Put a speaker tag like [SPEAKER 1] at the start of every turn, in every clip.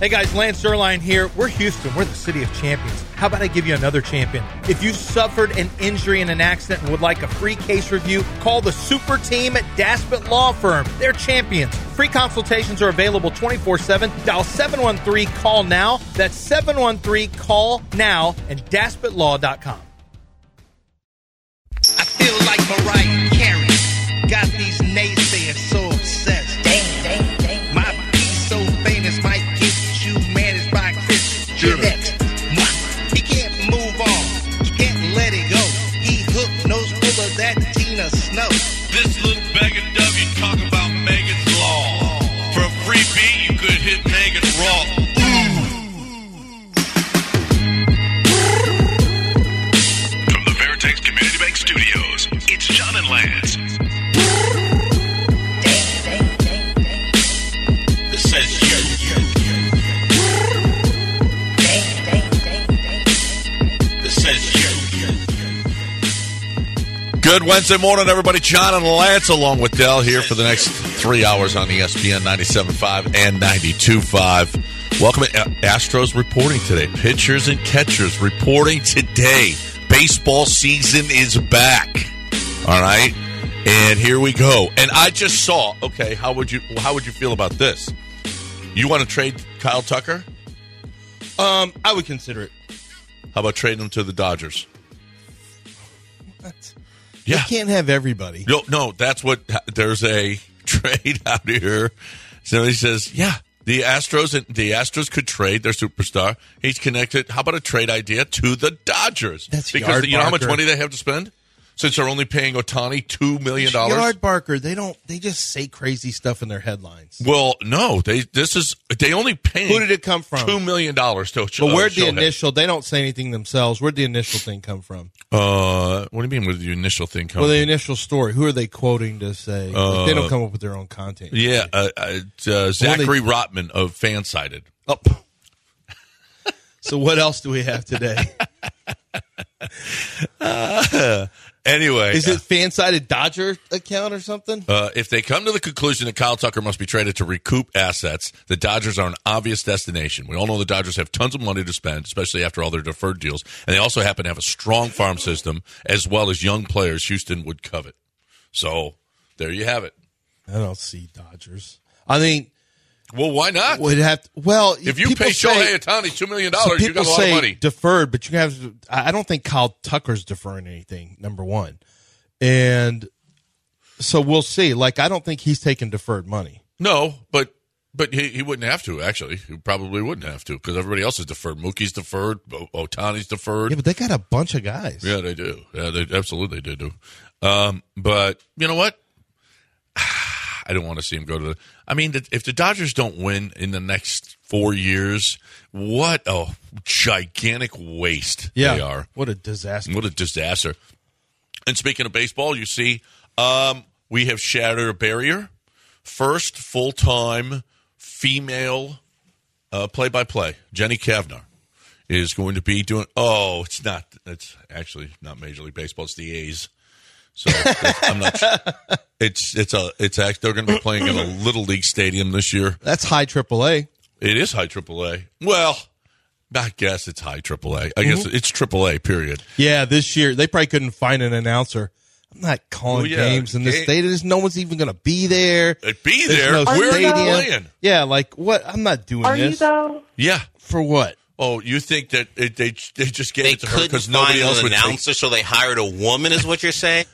[SPEAKER 1] Hey guys, Lance Erline here. We're Houston. We're the city of champions. How about I give you another champion? If you suffered an injury in an accident and would like a free case review, call the super team at Daspit Law Firm. They're champions. Free consultations are available 24 7. Dial 713 Call Now. That's 713 Call Now and DaspitLaw.com.
[SPEAKER 2] I feel like Mariah Carey. Got these naysayers so obsessed. Dang, dang, dang. My piece so famous might get you managed by Chris Jeanette. He can't move on. He can't let it go. He hook nose full of that Tina Snow.
[SPEAKER 3] This little beggar W talking about Megan's Law. For a free beat, you could hit Megan Raw. From the Veritex Community Bank Studios, it's John and Lance. This says you. This says you.
[SPEAKER 4] Good Wednesday morning, everybody. John and Lance, along with Dell, here for the next three hours on E ESPN 97.5 and 92.5. Welcome to A- Astros reporting today. Pitchers and catchers reporting today. Baseball season is back. All right, and here we go. And I just saw. Okay, how would you how would you feel about this? You want to trade Kyle Tucker?
[SPEAKER 1] Um, I would consider it.
[SPEAKER 4] How about trading him to the Dodgers?
[SPEAKER 5] What?
[SPEAKER 4] Yeah.
[SPEAKER 5] You can't have everybody.
[SPEAKER 4] No, no, that's what there's a trade out here. Somebody says, yeah, the Astros and the Astros could trade their superstar. He's connected. How about a trade idea to the Dodgers?
[SPEAKER 5] That's
[SPEAKER 4] because
[SPEAKER 5] Yard
[SPEAKER 4] you know how much
[SPEAKER 5] Barker.
[SPEAKER 4] money they have to spend since they're only paying Otani two million dollars.
[SPEAKER 5] Yard Barker, they don't. They just say crazy stuff in their headlines.
[SPEAKER 4] Well, no, they this is they only paying
[SPEAKER 5] Who did it come from?
[SPEAKER 4] two million dollars to.
[SPEAKER 5] But where'd the
[SPEAKER 4] Shohei.
[SPEAKER 5] initial? They don't say anything themselves. Where'd the initial thing come from?
[SPEAKER 4] Uh, what do you mean? Where did the initial thing come?
[SPEAKER 5] Well,
[SPEAKER 4] from?
[SPEAKER 5] the initial story. Who are they quoting to say? Like, they don't come up with their own content.
[SPEAKER 4] Uh, yeah, uh, uh, uh, Zachary Rotman of Fansided.
[SPEAKER 5] Oh. so what else do we have today?
[SPEAKER 4] Anyway,
[SPEAKER 5] Is it fan-sided Dodger account or something?
[SPEAKER 4] Uh, if they come to the conclusion that Kyle Tucker must be traded to recoup assets, the Dodgers are an obvious destination. We all know the Dodgers have tons of money to spend, especially after all their deferred deals, and they also happen to have a strong farm system as well as young players Houston would covet. So there you have it.
[SPEAKER 5] I don't see Dodgers. I mean,
[SPEAKER 4] Well, why not?
[SPEAKER 5] would have to, well
[SPEAKER 4] if you
[SPEAKER 5] people
[SPEAKER 4] pay
[SPEAKER 5] say-
[SPEAKER 4] Shohei Ohtani two million
[SPEAKER 5] So
[SPEAKER 4] dollars, Oh, you
[SPEAKER 5] people
[SPEAKER 4] got a lot
[SPEAKER 5] say
[SPEAKER 4] of money.
[SPEAKER 5] deferred, but you have. to- I I don't think Kyle Tucker's deferring anything. Number one, and so we'll see. Like I don't think he's taking deferred money.
[SPEAKER 4] No, but but he, he wouldn't have to actually. He probably wouldn't have to because everybody else is deferred. Mookie's deferred. Otani's deferred.
[SPEAKER 5] Yeah, but they got a bunch of guys.
[SPEAKER 4] Yeah, they do. Yeah, they absolutely they do. Um, but you know what? I don't want to see him go to the. I mean, the- if the Dodgers don't win in the next four years, what a gigantic waste
[SPEAKER 5] Yeah.
[SPEAKER 4] they are.
[SPEAKER 5] What a disaster.
[SPEAKER 4] What a disaster. And speaking of baseball, you see, um, we have shattered a barrier. First full time female play by play, Jenny Kavner is going to be doing. Oh, it's not. It's actually not Major League Baseball. It's the A's. So I'm not. sure. It's it's a it's act. They're going to be playing in a little league stadium this year.
[SPEAKER 5] That's high AAA.
[SPEAKER 4] It is high AAA. Well, I guess it's high AAA. I guess it's AAA. Period.
[SPEAKER 5] Yeah, this year they probably couldn't find an announcer. I'm not calling
[SPEAKER 4] Oh, yeah.
[SPEAKER 5] games in this
[SPEAKER 4] Ga-
[SPEAKER 5] state. There's no one's even going to be there.
[SPEAKER 4] Uh, Be
[SPEAKER 5] There's
[SPEAKER 4] there.
[SPEAKER 5] no
[SPEAKER 4] Where are you
[SPEAKER 5] stadium.
[SPEAKER 4] playing?
[SPEAKER 5] Yeah, like what? I'm not doing
[SPEAKER 6] Are you
[SPEAKER 5] this
[SPEAKER 6] though?
[SPEAKER 4] Yeah.
[SPEAKER 5] for what?
[SPEAKER 4] Oh, you think that it, they they just gave
[SPEAKER 7] they
[SPEAKER 4] it to her
[SPEAKER 7] couldn't
[SPEAKER 4] because nobody
[SPEAKER 7] find
[SPEAKER 4] else
[SPEAKER 7] an
[SPEAKER 4] would take
[SPEAKER 7] announcer, so they hired a woman. Is what you're saying?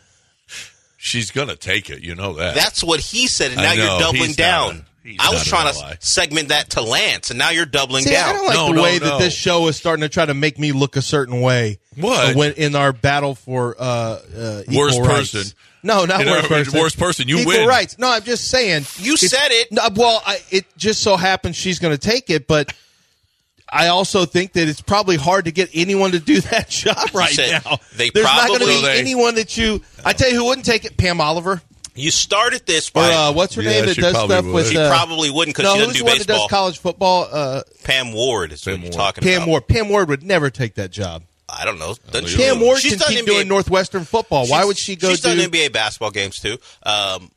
[SPEAKER 4] She's gonna take it. You know that.
[SPEAKER 7] That's what he said, and
[SPEAKER 4] I
[SPEAKER 7] now
[SPEAKER 4] know,
[SPEAKER 7] you're doubling
[SPEAKER 4] he's
[SPEAKER 7] down.
[SPEAKER 4] not a- he's
[SPEAKER 7] I
[SPEAKER 4] not
[SPEAKER 7] was
[SPEAKER 4] an
[SPEAKER 7] trying
[SPEAKER 4] ally.
[SPEAKER 7] to segment that to Lance, and now you're doubling
[SPEAKER 5] See, I
[SPEAKER 7] down.
[SPEAKER 5] don't like
[SPEAKER 4] No,
[SPEAKER 5] the
[SPEAKER 4] no,
[SPEAKER 5] way
[SPEAKER 4] no.
[SPEAKER 5] that this show is starting to try to make me look a certain way.
[SPEAKER 4] What?
[SPEAKER 5] Uh, When in our battle for uh, uh, equal
[SPEAKER 4] Worst
[SPEAKER 5] rights.
[SPEAKER 4] person.
[SPEAKER 5] No, not
[SPEAKER 4] You know,
[SPEAKER 5] worst person.
[SPEAKER 4] worst person, you
[SPEAKER 5] equal
[SPEAKER 4] win.
[SPEAKER 5] rights. No, I'm just saying.
[SPEAKER 7] You said it.
[SPEAKER 5] No, well, I, it just so happens she's going to take it, but I also think that it's probably hard to get anyone to do that job right
[SPEAKER 7] said
[SPEAKER 5] now.
[SPEAKER 7] they
[SPEAKER 5] There's not going
[SPEAKER 7] probably-
[SPEAKER 5] to be
[SPEAKER 4] They-
[SPEAKER 5] anyone that you. I tell you who wouldn't take it. Pam Oliver
[SPEAKER 7] you started this
[SPEAKER 5] or
[SPEAKER 7] by
[SPEAKER 5] uh, what's her
[SPEAKER 4] Yeah,
[SPEAKER 5] name that
[SPEAKER 4] she
[SPEAKER 5] does
[SPEAKER 4] probably
[SPEAKER 5] stuff
[SPEAKER 4] would.
[SPEAKER 5] with.
[SPEAKER 4] She
[SPEAKER 7] she
[SPEAKER 5] uh,
[SPEAKER 7] probably wouldn't because
[SPEAKER 5] no,
[SPEAKER 7] she
[SPEAKER 5] who's
[SPEAKER 7] doesn't do
[SPEAKER 5] the one that does
[SPEAKER 7] baseball.
[SPEAKER 5] college football? Uh,
[SPEAKER 7] Pam Ward is
[SPEAKER 4] Pam
[SPEAKER 7] what you're
[SPEAKER 4] Ward.
[SPEAKER 7] talking
[SPEAKER 5] Pam
[SPEAKER 7] about.
[SPEAKER 5] Ward. Pam Ward would never take that job.
[SPEAKER 7] I don't
[SPEAKER 4] Oh,
[SPEAKER 7] know. Doesn't she?
[SPEAKER 5] Pam Ward
[SPEAKER 7] She's
[SPEAKER 5] can
[SPEAKER 7] done
[SPEAKER 5] keep
[SPEAKER 7] NBA
[SPEAKER 5] doing Northwestern football. Why would she go
[SPEAKER 7] She's
[SPEAKER 5] do?
[SPEAKER 7] done NBA basketball games too. Um,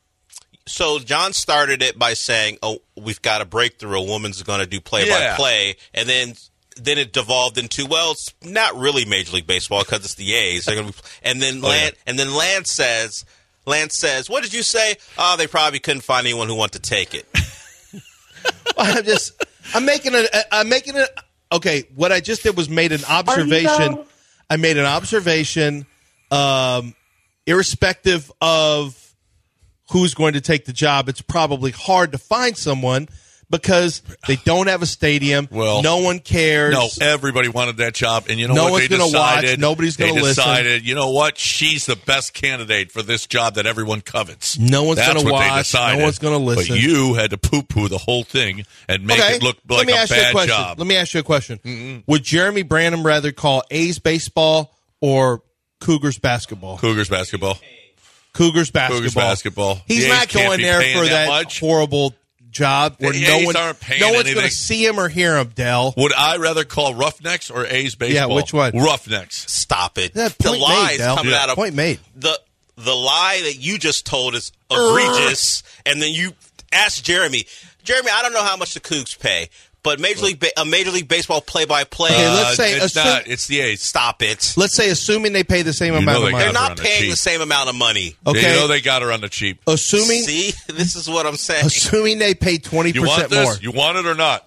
[SPEAKER 7] so John started it by saying, "Oh, we've got a breakthrough. A woman's going to do play
[SPEAKER 4] Yeah.
[SPEAKER 7] by play," and then then it devolved into, "Well, it's not really Major League Baseball because it's the A's." They're gonna be, and then Lance, and then Lance says, "Lance says, what did you say? Oh, they probably couldn't find anyone who wanted to take it."
[SPEAKER 5] I'm just I'm making a I'm making a okay. What I just did was made an observation.
[SPEAKER 6] though?
[SPEAKER 5] I made an observation, um, irrespective of who's going to take the job. It's probably hard to find someone because they don't have a stadium.
[SPEAKER 4] Well,
[SPEAKER 5] no one cares.
[SPEAKER 4] No, everybody wanted that job, and you know
[SPEAKER 5] No
[SPEAKER 4] what?
[SPEAKER 5] one's
[SPEAKER 4] they
[SPEAKER 5] gonna watch,
[SPEAKER 4] decided.
[SPEAKER 5] nobody's
[SPEAKER 4] they
[SPEAKER 5] gonna listen.
[SPEAKER 4] decided. You know what? She's the best candidate for this job that everyone covets.
[SPEAKER 5] No one's
[SPEAKER 4] That's
[SPEAKER 5] gonna
[SPEAKER 4] what they
[SPEAKER 5] watch, no
[SPEAKER 4] decided.
[SPEAKER 5] one's gonna listen.
[SPEAKER 4] But you had to poo-poo the whole thing and make it look like
[SPEAKER 5] Let me
[SPEAKER 4] a
[SPEAKER 5] ask you a
[SPEAKER 4] bad
[SPEAKER 5] question.
[SPEAKER 4] job. Mm-hmm.
[SPEAKER 5] Let me ask you a question. Would Jeremy Branham rather call A's baseball or Cougars basketball?
[SPEAKER 4] Cougars basketball.
[SPEAKER 5] Cougars basketball.
[SPEAKER 4] Cougars basketball.
[SPEAKER 5] He's
[SPEAKER 4] The
[SPEAKER 5] not
[SPEAKER 4] A's can't
[SPEAKER 5] going
[SPEAKER 4] be
[SPEAKER 5] there
[SPEAKER 4] paying
[SPEAKER 5] for
[SPEAKER 4] that
[SPEAKER 5] that,
[SPEAKER 4] much.
[SPEAKER 5] horrible job where
[SPEAKER 4] The
[SPEAKER 5] no
[SPEAKER 4] A's
[SPEAKER 5] one,
[SPEAKER 4] aren't paying
[SPEAKER 5] no one's
[SPEAKER 4] anything.
[SPEAKER 5] to see him or hear him. Dell.
[SPEAKER 4] Would I rather call Roughnecks or A's baseball?
[SPEAKER 5] which one?
[SPEAKER 4] Roughnecks.
[SPEAKER 7] Stop it.
[SPEAKER 5] Yeah,
[SPEAKER 7] the
[SPEAKER 5] point
[SPEAKER 7] lie
[SPEAKER 5] made,
[SPEAKER 7] is
[SPEAKER 5] Dal.
[SPEAKER 7] coming
[SPEAKER 5] Yeah.
[SPEAKER 7] out of
[SPEAKER 5] Point made.
[SPEAKER 7] The the lie that you just told is egregious, and then you ask Jeremy. Jeremy, I don't know how much the Cougs pay, but Major League ba- a Major League Baseball uh, play by
[SPEAKER 5] Okay,
[SPEAKER 7] play.
[SPEAKER 5] let's say
[SPEAKER 4] it's
[SPEAKER 5] assume-
[SPEAKER 4] not. It's the A's.
[SPEAKER 7] Stop it.
[SPEAKER 5] Let's say assuming they pay the same
[SPEAKER 4] You know
[SPEAKER 5] amount
[SPEAKER 4] they
[SPEAKER 5] of money.
[SPEAKER 7] They're
[SPEAKER 4] got her on
[SPEAKER 7] not
[SPEAKER 4] the
[SPEAKER 7] paying
[SPEAKER 4] cheap.
[SPEAKER 7] the same amount of money.
[SPEAKER 5] Okay.
[SPEAKER 4] You know they got her on the cheap.
[SPEAKER 5] assuming
[SPEAKER 7] See, this is what I'm saying.
[SPEAKER 5] assuming they pay twenty
[SPEAKER 4] You want
[SPEAKER 5] percent
[SPEAKER 4] this?
[SPEAKER 5] more.
[SPEAKER 4] You want it or not?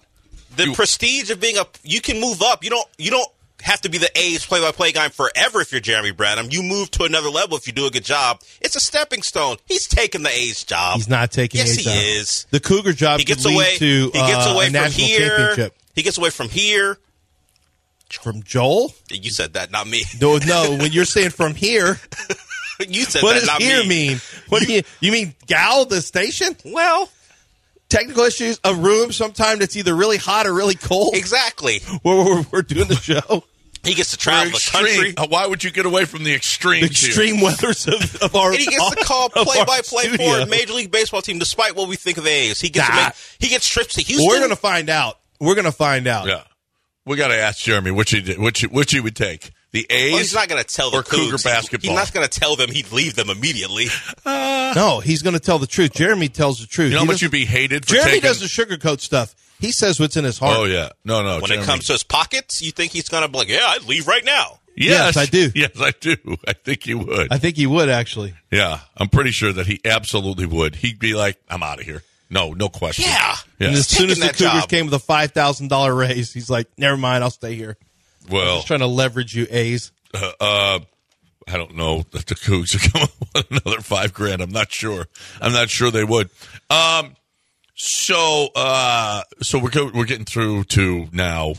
[SPEAKER 7] the prestige of being a you can move up. You don't you don't have to be the A's play by play guy forever if you're Jeremy Branham. You move to another level if you do a good job. It's a stepping stone. He's taking the A's job.
[SPEAKER 5] He's not taking.
[SPEAKER 7] Yes,
[SPEAKER 5] A's
[SPEAKER 7] he
[SPEAKER 5] job.
[SPEAKER 7] is.
[SPEAKER 5] The Cougar job
[SPEAKER 7] He gets
[SPEAKER 5] could lead
[SPEAKER 7] away.
[SPEAKER 5] to
[SPEAKER 7] he gets
[SPEAKER 5] uh,
[SPEAKER 7] away
[SPEAKER 5] a
[SPEAKER 7] from
[SPEAKER 5] national
[SPEAKER 7] here.
[SPEAKER 5] championship
[SPEAKER 7] He gets away from here.
[SPEAKER 5] from Joel.
[SPEAKER 7] You said that, not me.
[SPEAKER 5] No, no. when you're saying from here,
[SPEAKER 7] you said
[SPEAKER 5] what
[SPEAKER 7] that,
[SPEAKER 5] does
[SPEAKER 7] not
[SPEAKER 5] here
[SPEAKER 7] me.
[SPEAKER 5] mean? What do you you mean? Gal, the station?
[SPEAKER 7] Well,
[SPEAKER 5] Technical issues. A room sometime that's either really hot or really cold.
[SPEAKER 7] exactly.
[SPEAKER 5] Where we're, we're doing the show.
[SPEAKER 7] He gets to travel the country.
[SPEAKER 4] Extreme. Uh, Why would you get away from the extreme?
[SPEAKER 5] the extreme weathers of, of our.
[SPEAKER 7] And he gets to call
[SPEAKER 5] of
[SPEAKER 7] play
[SPEAKER 5] our
[SPEAKER 7] by play for
[SPEAKER 5] studio.
[SPEAKER 7] a Major League Baseball team, despite what we think of the A's. He gets to
[SPEAKER 5] Nah.
[SPEAKER 7] make, he gets trips to Houston.
[SPEAKER 5] We're gonna find out. We're gonna find out.
[SPEAKER 4] Yeah, we got to ask Jeremy which he did, which he- which he would take. The
[SPEAKER 5] Oh,
[SPEAKER 4] A's.
[SPEAKER 7] Well, he's not going to tell the
[SPEAKER 4] or Cougar
[SPEAKER 7] Cougs.
[SPEAKER 4] basketball.
[SPEAKER 7] He's not going to tell them he'd leave them immediately.
[SPEAKER 5] No, he's gonna tell the truth. Jeremy tells the truth.
[SPEAKER 4] you know how
[SPEAKER 5] He
[SPEAKER 4] much
[SPEAKER 5] doesn't-
[SPEAKER 4] you'd be hated for
[SPEAKER 5] Jeremy
[SPEAKER 4] taking.
[SPEAKER 5] does the sugarcoat stuff. He says what's in his heart.
[SPEAKER 4] oh yeah, no, no.
[SPEAKER 7] When
[SPEAKER 4] Jeremy-
[SPEAKER 7] it comes to his pockets, you think he's going to be like, "Yeah, I'd leave right now."
[SPEAKER 4] yes,
[SPEAKER 5] Yes, I do.
[SPEAKER 4] Yes, I do. I think he would.
[SPEAKER 5] I think he would actually.
[SPEAKER 4] yeah, I'm pretty sure that he absolutely would. He'd be like, "I'm out of here." No, no question.
[SPEAKER 7] Yeah.
[SPEAKER 5] And as
[SPEAKER 4] Yes.
[SPEAKER 5] soon as
[SPEAKER 7] taking
[SPEAKER 5] the
[SPEAKER 7] that
[SPEAKER 5] Cougars
[SPEAKER 7] job.
[SPEAKER 5] came with a five thousand dollar raise, he's like, "Never mind, I'll stay here."
[SPEAKER 4] Well,
[SPEAKER 7] Oh.
[SPEAKER 5] Just trying to leverage you, A's.
[SPEAKER 4] uh, I don't know if the Cougs are coming up with another five grand. I'm not sure. I'm not sure they would. Um, so uh, so we're go- we're getting through to now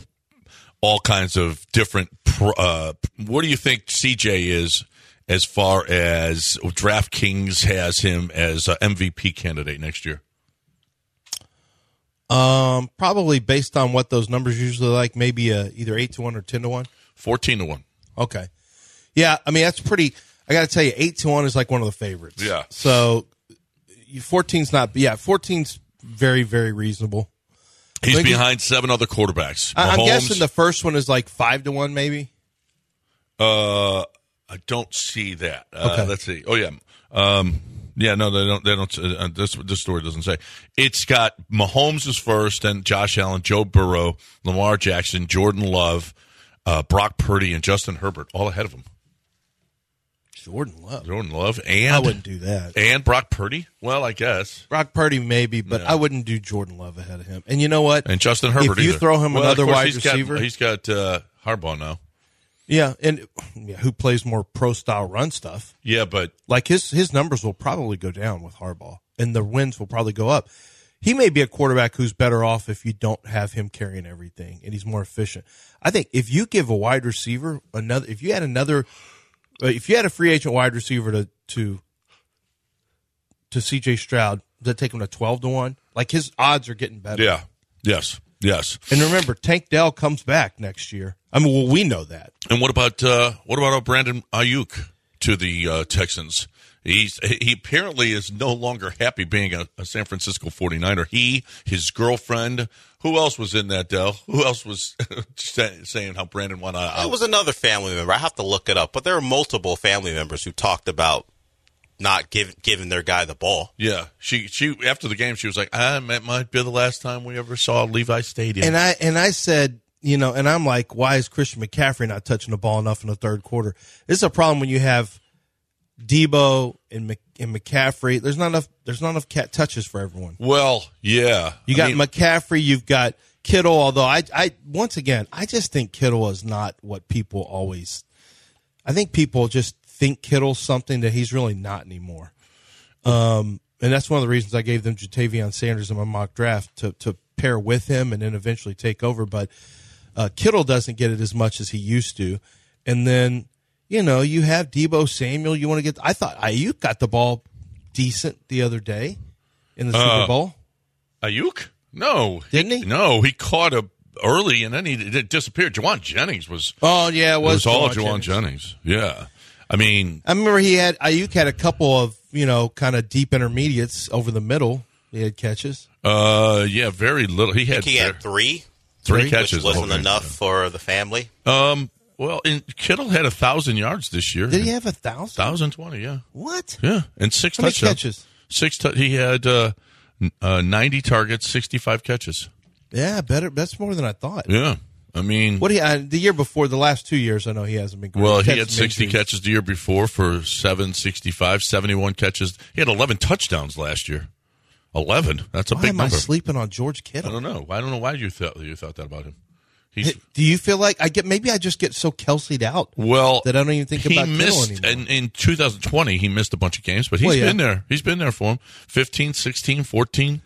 [SPEAKER 4] all kinds of different. Pro- uh, what do you think CJ is as far as DraftKings has him as a MVP candidate next year?
[SPEAKER 5] Um, probably based on what those numbers usually like, maybe uh either eight to one or ten to one.
[SPEAKER 4] Fourteen to one.
[SPEAKER 5] Okay. Yeah, I mean that's pretty. I got to tell you, eight to one is like one of the favorites.
[SPEAKER 4] Yeah.
[SPEAKER 5] So, you- 14's not. Yeah, 14's very very reasonable.
[SPEAKER 4] He's
[SPEAKER 5] Lincoln-
[SPEAKER 4] behind seven other quarterbacks.
[SPEAKER 5] I, I'm
[SPEAKER 4] Mahomes,
[SPEAKER 5] guessing the first one is like five to one, maybe.
[SPEAKER 4] Uh, I don't see that. Uh,
[SPEAKER 5] Okay.
[SPEAKER 4] Let's see. Oh yeah. Um, yeah. No, they don't. They don't. Uh, this this story doesn't say. It's got Mahomes is first, and Josh Allen, Joe Burrow, Lamar Jackson, Jordan Love, uh, Brock Purdy, and Justin Herbert all ahead of him.
[SPEAKER 5] Jordan Love.
[SPEAKER 4] Jordan Love and
[SPEAKER 5] I wouldn't do that.
[SPEAKER 4] and Brock Purdy. Well, I guess.
[SPEAKER 5] Brock Purdy maybe, but I wouldn't do Jordan Love ahead of him. And you know what?
[SPEAKER 4] And Justin Herbert.
[SPEAKER 5] If you
[SPEAKER 4] either.
[SPEAKER 5] throw him
[SPEAKER 4] Well, of
[SPEAKER 5] another
[SPEAKER 4] course,
[SPEAKER 5] wide
[SPEAKER 4] he's got-
[SPEAKER 5] receiver,
[SPEAKER 4] he's got uh, Harbaugh now.
[SPEAKER 5] yeah, and yeah, who plays more pro style run stuff?
[SPEAKER 4] Yeah, but
[SPEAKER 5] Like his his numbers will probably go down with Harbaugh, and the wins will probably go up. He may be a quarterback who's better off if you don't have him carrying everything, and he's more efficient. I think if you give a wide receiver another, if you had another, uh, if you had a free agent wide receiver to to to C.J. Stroud, that take him to twelve to one. Like his odds are getting better.
[SPEAKER 4] yeah, yes, yes.
[SPEAKER 5] And remember, Tank Dell comes back next year. I mean, well, we know that.
[SPEAKER 4] And what about uh, what about our Brandon Ayuk to the uh, Texans? He's he apparently is no longer happy being a, a San Francisco 49er. He, his girlfriend, who else was in that Dell? Who else was say, saying how Brandon went out?
[SPEAKER 7] It was another family member. I have to look it up, but there are multiple family members who talked about not give, giving their guy the ball.
[SPEAKER 4] Yeah, she she after the game she was like, "I that might be the last time we ever saw Levi Stadium."
[SPEAKER 5] And I and I said, you know, and I'm like, why is Christian McCaffrey not touching the ball enough in the third quarter? This is a problem when you have Debo and Mc, and McCaffrey. There's not enough. There's not enough cat touches for everyone.
[SPEAKER 4] well, yeah,
[SPEAKER 5] You
[SPEAKER 4] I
[SPEAKER 5] got
[SPEAKER 4] mean,
[SPEAKER 5] McCaffrey. You've got Kittle. Although I, I once again, I just think Kittle is not what people always. I think people just think Kittle's something that he's really not anymore. Um, and that's one of the reasons I gave them Jatavion Sanders in my mock draft to to pair with him and then eventually take over. But uh, Kittle doesn't get it as much as he used to. And then you know you have Debo Samuel. You want to get? I thought Ayuk got the ball decent the other day in the
[SPEAKER 4] Uh,
[SPEAKER 5] Super Bowl.
[SPEAKER 4] Ayuk? No,
[SPEAKER 5] Didn't he?
[SPEAKER 4] No, he caught a early and then he d- disappeared. Jawan Jennings was
[SPEAKER 5] Oh yeah, it
[SPEAKER 4] it
[SPEAKER 5] was,
[SPEAKER 4] was all
[SPEAKER 5] Jawan
[SPEAKER 4] Jawan Jennings.
[SPEAKER 5] Jennings.
[SPEAKER 4] Yeah, I mean,
[SPEAKER 5] I remember he had Ayuk had a couple of you know kind of deep intermediates over the middle. He had catches.
[SPEAKER 4] uh, yeah, very little. He had,
[SPEAKER 7] He
[SPEAKER 4] ver-
[SPEAKER 7] had three,
[SPEAKER 4] three,
[SPEAKER 5] three,
[SPEAKER 4] catches, the
[SPEAKER 7] which
[SPEAKER 4] whole
[SPEAKER 7] wasn't
[SPEAKER 4] game.
[SPEAKER 7] enough for the family.
[SPEAKER 4] Um, well, and Kittle had a thousand yards this year.
[SPEAKER 5] Did he have a thousand?
[SPEAKER 4] thousand twenty? Yeah,
[SPEAKER 5] What?
[SPEAKER 4] yeah, and six
[SPEAKER 5] How many
[SPEAKER 4] touchdowns.
[SPEAKER 5] catches?
[SPEAKER 4] Six. T- he had uh, n- uh, ninety targets, sixty-five catches.
[SPEAKER 5] Yeah, better. That's more than I thought.
[SPEAKER 4] Yeah, I mean,
[SPEAKER 5] What he I, the year before, the last two years, I know he hasn't been. Great.
[SPEAKER 4] Well,
[SPEAKER 5] He's
[SPEAKER 4] he had
[SPEAKER 5] some
[SPEAKER 4] 60
[SPEAKER 5] injuries.
[SPEAKER 4] catches the year before for 765, 71 catches. He had 11 touchdowns last year. 11. That's a
[SPEAKER 5] Why
[SPEAKER 4] big
[SPEAKER 5] am
[SPEAKER 4] number.
[SPEAKER 5] I sleeping on George
[SPEAKER 4] I
[SPEAKER 5] Kittle?
[SPEAKER 4] don't know. I don't know why you thought you thought that about him. He's
[SPEAKER 5] Do you feel like I get? Maybe I just get so Kelsey'd out.
[SPEAKER 4] well
[SPEAKER 5] That I don't even think
[SPEAKER 4] he
[SPEAKER 5] about Kittle
[SPEAKER 4] missed
[SPEAKER 5] anymore.
[SPEAKER 4] in, in 2020 he missed a bunch of games, but he's
[SPEAKER 5] Well, yeah.
[SPEAKER 4] been there. He's been there for him. 15, 16, 14.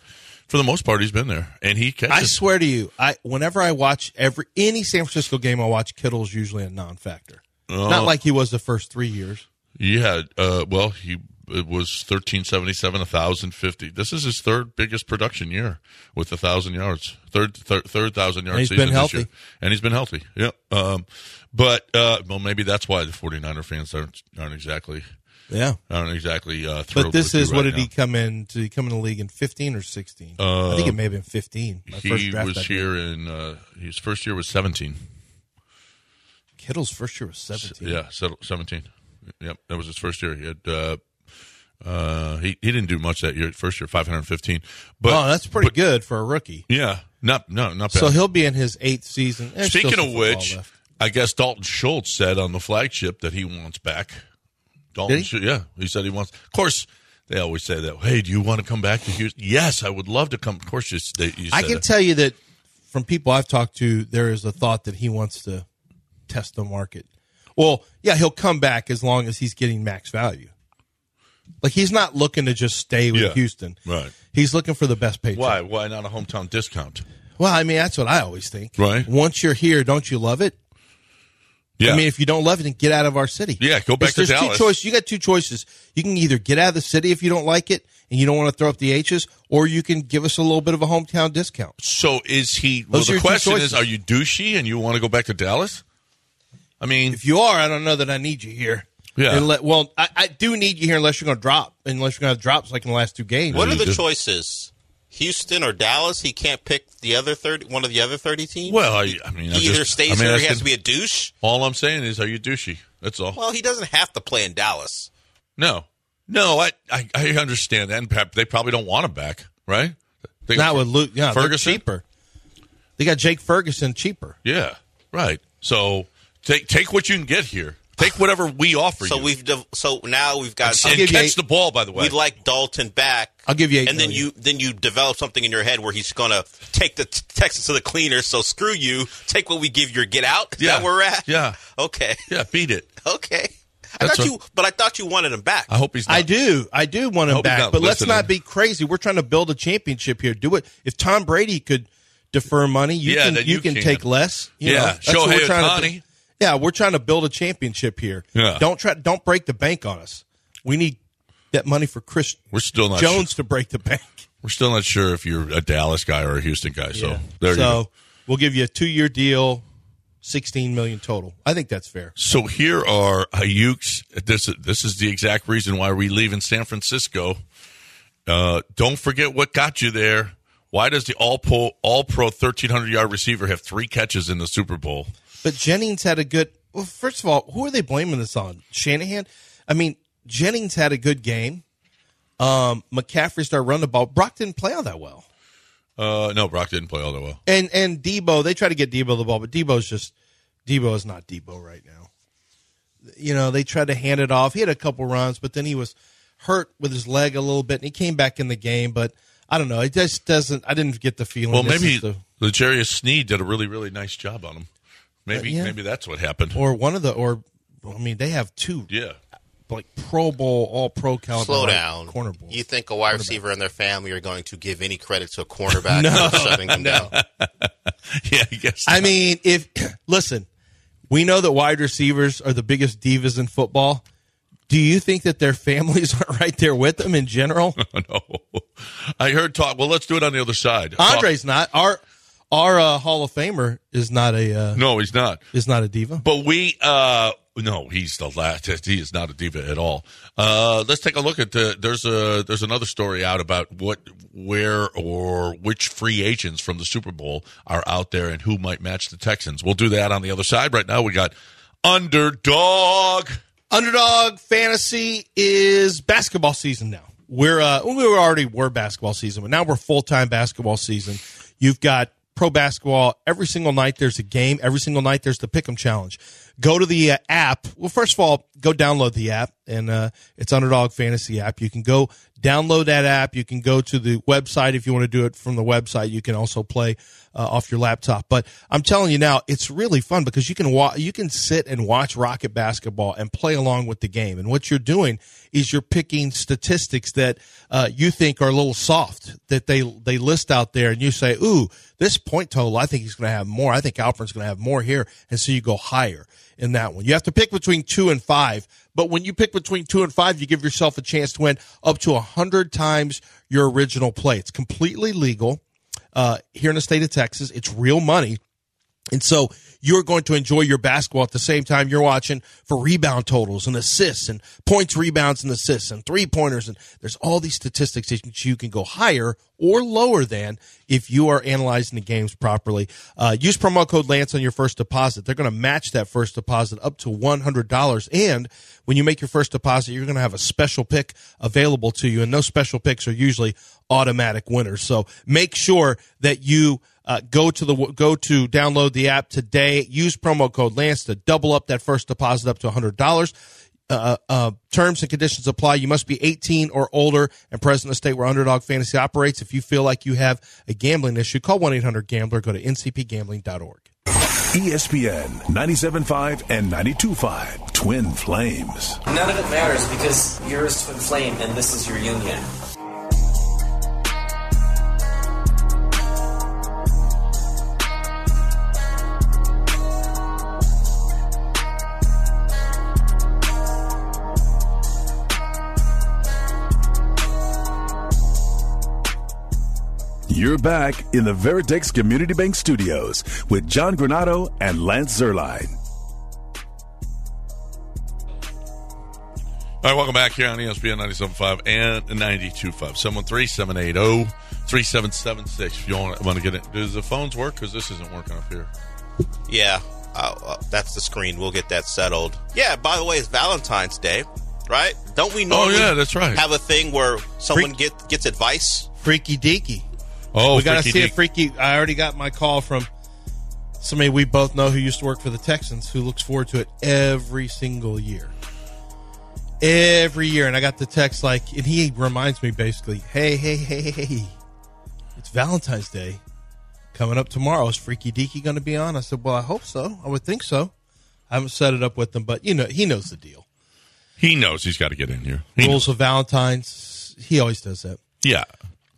[SPEAKER 4] For the most part he's been there. And he catches
[SPEAKER 5] I swear to you, I whenever I watch every any San Francisco game, I watch Kittle's usually a non-factor.
[SPEAKER 4] Oh.
[SPEAKER 5] Not like he was the first three years.
[SPEAKER 4] Yeah. Uh, well, he it was thirteen seventy seven, thousand fifty. This is his third biggest production year with a thousand yards, third thir- third thousand yard
[SPEAKER 5] And he's
[SPEAKER 4] season
[SPEAKER 5] been
[SPEAKER 4] this
[SPEAKER 5] healthy.
[SPEAKER 4] year, and he's been healthy. Yeah. Um, but uh, well, maybe that's why the 49er fans aren't aren't exactly
[SPEAKER 5] Yeah,
[SPEAKER 4] aren't exactly uh, thrilled.
[SPEAKER 5] but this
[SPEAKER 4] with you
[SPEAKER 5] is what
[SPEAKER 4] right
[SPEAKER 5] did he come in? Did he come in the league in fifteen or sixteen? I think it may have been fifteen.
[SPEAKER 4] now.
[SPEAKER 5] My
[SPEAKER 4] He
[SPEAKER 5] first draft I
[SPEAKER 4] was
[SPEAKER 5] did.
[SPEAKER 4] here in uh, his first year was seventeen.
[SPEAKER 5] Kittle's first year was seventeen.
[SPEAKER 4] Yeah, settle- seventeen. Yep, that was his first year. He had. Uh, uh, he he didn't do much that year. First year, five hundred fifteen. But
[SPEAKER 5] oh, that's pretty good for a rookie.
[SPEAKER 4] Yeah, not no, not bad.
[SPEAKER 5] So he'll be in his eighth season. There's still
[SPEAKER 4] Speaking
[SPEAKER 5] some
[SPEAKER 4] of
[SPEAKER 5] football
[SPEAKER 4] which,
[SPEAKER 5] left.
[SPEAKER 4] I guess Dalton Schultz said on the flagship that he wants back. Dalton,
[SPEAKER 5] Did he?
[SPEAKER 4] Schul- yeah, he said he wants. Of course, they always say that. Hey, do you want to come back to Houston? Yes, I would love to come. Of course, you, s- they, you
[SPEAKER 5] I
[SPEAKER 4] said
[SPEAKER 5] can
[SPEAKER 4] that.
[SPEAKER 5] tell you that from people I've talked to, there is a thought that he wants to test the market. Well, yeah, he'll come back as long as he's getting max value. Like he's not looking to just stay with
[SPEAKER 4] Yeah,
[SPEAKER 5] Houston.
[SPEAKER 4] right.
[SPEAKER 5] He's looking for the best paycheck.
[SPEAKER 4] Why? Why not a hometown discount?
[SPEAKER 5] Well, I mean, that's what I always think.
[SPEAKER 4] Right.
[SPEAKER 5] Once you're here, don't you love it?
[SPEAKER 4] Yeah,
[SPEAKER 5] I mean, if you don't love it, then get out of our city.
[SPEAKER 4] Yeah, go back
[SPEAKER 5] It's- there's
[SPEAKER 4] to Dallas.
[SPEAKER 5] Two choices. You got two choices. You can either get out of the city if you don't like it and you don't want to throw up the H's, or you can give us a little bit of a hometown discount.
[SPEAKER 4] so is he? Well,
[SPEAKER 5] Those
[SPEAKER 4] the
[SPEAKER 5] are your two
[SPEAKER 4] question is:
[SPEAKER 5] choices.
[SPEAKER 4] Are you douchey and you want to go back to Dallas? I mean,
[SPEAKER 5] If you are, I don't know that I need you here.
[SPEAKER 4] Yeah.
[SPEAKER 5] Unle- well, I, I do need you here unless you're going to drop, unless you're going to drop like in the last two games.
[SPEAKER 7] What are
[SPEAKER 4] you
[SPEAKER 7] the
[SPEAKER 4] do.
[SPEAKER 7] choices? Houston or Dallas? He can't pick the other thirty, one of the other thirty teams.
[SPEAKER 4] well, I, I mean,
[SPEAKER 7] he
[SPEAKER 4] I'm
[SPEAKER 7] either
[SPEAKER 4] just-
[SPEAKER 7] stays
[SPEAKER 4] I'm
[SPEAKER 7] here or he
[SPEAKER 4] asking-
[SPEAKER 7] has to be a douche.
[SPEAKER 4] All I'm saying is, are you douchey? That's all.
[SPEAKER 7] Well, he doesn't have to play in Dallas.
[SPEAKER 4] No, no, I, I, I understand that. And perhaps they probably don't want him back, right? They,
[SPEAKER 5] Not with Luke. Yeah, they're
[SPEAKER 4] Ferguson?
[SPEAKER 5] cheaper. They got Jake Ferguson cheaper.
[SPEAKER 4] yeah, right. So take take what you can get here. Take whatever we offer
[SPEAKER 7] So
[SPEAKER 4] you.
[SPEAKER 7] we've div- so now we've got.
[SPEAKER 5] I'll
[SPEAKER 4] and
[SPEAKER 5] give you
[SPEAKER 4] catch
[SPEAKER 5] eight-
[SPEAKER 4] the ball. By the way,
[SPEAKER 7] We'd like Dalton back.
[SPEAKER 5] I'll give you eight
[SPEAKER 7] and then
[SPEAKER 5] million.
[SPEAKER 7] you then you develop something in your head where he's going to take the t- Texas to the cleaners. So screw you. Take what we give you. or Get out. Is
[SPEAKER 4] Yeah.
[SPEAKER 7] that where we're at?
[SPEAKER 4] Yeah.
[SPEAKER 7] Okay.
[SPEAKER 4] yeah, beat it.
[SPEAKER 7] Okay. I
[SPEAKER 4] That's
[SPEAKER 7] thought
[SPEAKER 4] right.
[SPEAKER 7] you, but I thought you wanted him back.
[SPEAKER 4] I hope he's. Not.
[SPEAKER 5] I do. I do want him
[SPEAKER 4] hope he's
[SPEAKER 5] back.
[SPEAKER 4] not
[SPEAKER 5] But let's
[SPEAKER 4] listening.
[SPEAKER 5] not be crazy. We're trying to build a championship here. Do it. If Tom Brady could defer money, you
[SPEAKER 4] Yeah,
[SPEAKER 5] can
[SPEAKER 4] then
[SPEAKER 5] you,
[SPEAKER 4] you
[SPEAKER 5] can,
[SPEAKER 4] can.
[SPEAKER 5] take less. You
[SPEAKER 4] Yeah.
[SPEAKER 5] know, that's
[SPEAKER 4] Shohei
[SPEAKER 5] what we're trying to
[SPEAKER 4] Ohtani.
[SPEAKER 5] do. Yeah, we're trying to build a championship here.
[SPEAKER 4] Yeah.
[SPEAKER 5] Don't try don't break the bank on us. We need that money for Chris
[SPEAKER 4] We're still not. Sure.
[SPEAKER 5] Jones to break the bank.
[SPEAKER 4] We're still not sure if you're a Dallas guy or a Houston guy. So
[SPEAKER 5] Yeah.
[SPEAKER 4] there you go.
[SPEAKER 5] So we'll give you a two year deal, sixteen million total. I think that's fair.
[SPEAKER 4] So here are Ayuk's. This this is the exact reason why we leave in San Francisco. Uh, don't forget what got you there. Why does the All Pro All Pro thirteen hundred yard receiver have three catches in the Super Bowl?
[SPEAKER 5] But Jennings had a good. Well, first of all, who are they blaming this on? Shanahan. I mean, Jennings had a good game. Um, McCaffrey started running the ball. Brock didn't play all that well.
[SPEAKER 4] Uh, no, Brock didn't play all that well.
[SPEAKER 5] And and Debo, they try to get Debo the ball, but Debo's just Debo is not Debo right now. You know, they tried to hand it off. He had a couple runs, but then he was hurt with his leg a little bit, and he came back in the game. But I don't know. It just doesn't. I didn't get the feeling.
[SPEAKER 4] Well,
[SPEAKER 5] this
[SPEAKER 4] maybe
[SPEAKER 5] is the-
[SPEAKER 4] the Jerry Sneed did a really, really nice job on him. Maybe,
[SPEAKER 5] yeah.
[SPEAKER 4] maybe that's what happened.
[SPEAKER 5] or one of the or I mean, they have two
[SPEAKER 4] yeah,
[SPEAKER 5] like Pro Bowl, All Pro caliber
[SPEAKER 6] Slow
[SPEAKER 5] right
[SPEAKER 6] down.
[SPEAKER 5] corner balls.
[SPEAKER 6] You think a wide receiver and their family are going to give any credit to a cornerback for shutting them down?
[SPEAKER 4] yeah. I guess.
[SPEAKER 5] I mean, if listen, we know that wide receivers are the biggest divas in football. Do you think that their families aren't right there with them in general?
[SPEAKER 4] no. I heard talk. Well, let's do it on the other side.
[SPEAKER 5] Andre's not our our uh, Hall of Famer is not a uh,
[SPEAKER 4] Talk- no, he's not.
[SPEAKER 5] is not a diva.
[SPEAKER 4] But we, uh, no, he's the last. He is not a diva at all. Uh, let's take a look at the. There's a there's another story out about what, where, or which free agents from the Super Bowl are out there and who might match the Texans. We'll do that on the other side. Right now, we got underdog.
[SPEAKER 5] Underdog fantasy is basketball season now. We're uh we were already were basketball season, but now we're full time basketball season. You've got pro basketball every single night. There's a game every single night. There's the Pick'em Challenge. Go to the uh, app. Well, first of all, go download the app, and uh, it's Underdog Fantasy app. You can go download that app. You can go to the website if you want to do it from the website. You can also play uh, off your laptop. But I'm telling you now, it's really fun because you can wa- you can sit and watch Rocket basketball and play along with the game. And what you're doing is you're picking statistics that uh, you think are a little soft that they they list out there, and you say, "Ooh, this point total, I think he's going to have more. I think Alfred's going to have more here," and so you go higher in that one. You have to pick between two and five. But when you pick between two and five, you give yourself a chance to win up to 100 times your original play. It's completely legal uh, here in the state of Texas. It's real money. And so you're going to enjoy your basketball at the same time you're watching for rebound totals and assists and points, rebounds and assists and three pointers. And there's all these statistics that you can go higher or lower than if you are analyzing the games properly. Uh, use promo code Lance on your first deposit. They're going to match that first deposit up to $100. And when you make your first deposit, you're going to have a special pick available to you. And those special picks are usually automatic winners. So make sure that you uh, go to the go to download the app today. Use promo code Lance to double up that first deposit up to hundred dollars. Uh, uh, terms and conditions apply. You must be 18 or older and present in the state where Underdog Fantasy operates. If you feel like you have a gambling issue, call 1-800-GAMBLER. Go to ncpgambling.org.
[SPEAKER 8] E ESPN 97.5 and 92.5 Twin Flames.
[SPEAKER 9] None of it matters because yours is Twin Flame and this is your union.
[SPEAKER 8] You're back in the Veritex Community Bank Studios with John Granado and Lance Zerline.
[SPEAKER 4] All right, welcome back here on E ESPN 97.5 and 92.5. 713-780-3776. If you want, want to get it, does the phones work? Because this isn't working up here.
[SPEAKER 7] Yeah, uh, uh, that's the screen. We'll get that settled. Yeah. By the way, it's Valentine's Day, right? Don't we normally
[SPEAKER 4] Oh, yeah, that's right.
[SPEAKER 7] have a thing where someone get, gets advice?
[SPEAKER 5] Freaky deaky.
[SPEAKER 4] Oh,
[SPEAKER 5] we got to
[SPEAKER 4] freaky
[SPEAKER 5] see a
[SPEAKER 4] deaky.
[SPEAKER 5] freaky. I already got my call from somebody we both know who used to work for the Texans who looks forward to it every single year. Every year. And I got the text like, and he reminds me basically, hey, hey, hey, hey, it's Valentine's Day coming up tomorrow. Is Freaky Deaky going to be on? I said, well, I hope so. I would think so. I haven't set it up with him, but you know, he knows the deal.
[SPEAKER 4] He knows he's got to get in here. He
[SPEAKER 5] Rules of Valentine's. He always does that.
[SPEAKER 4] Yeah.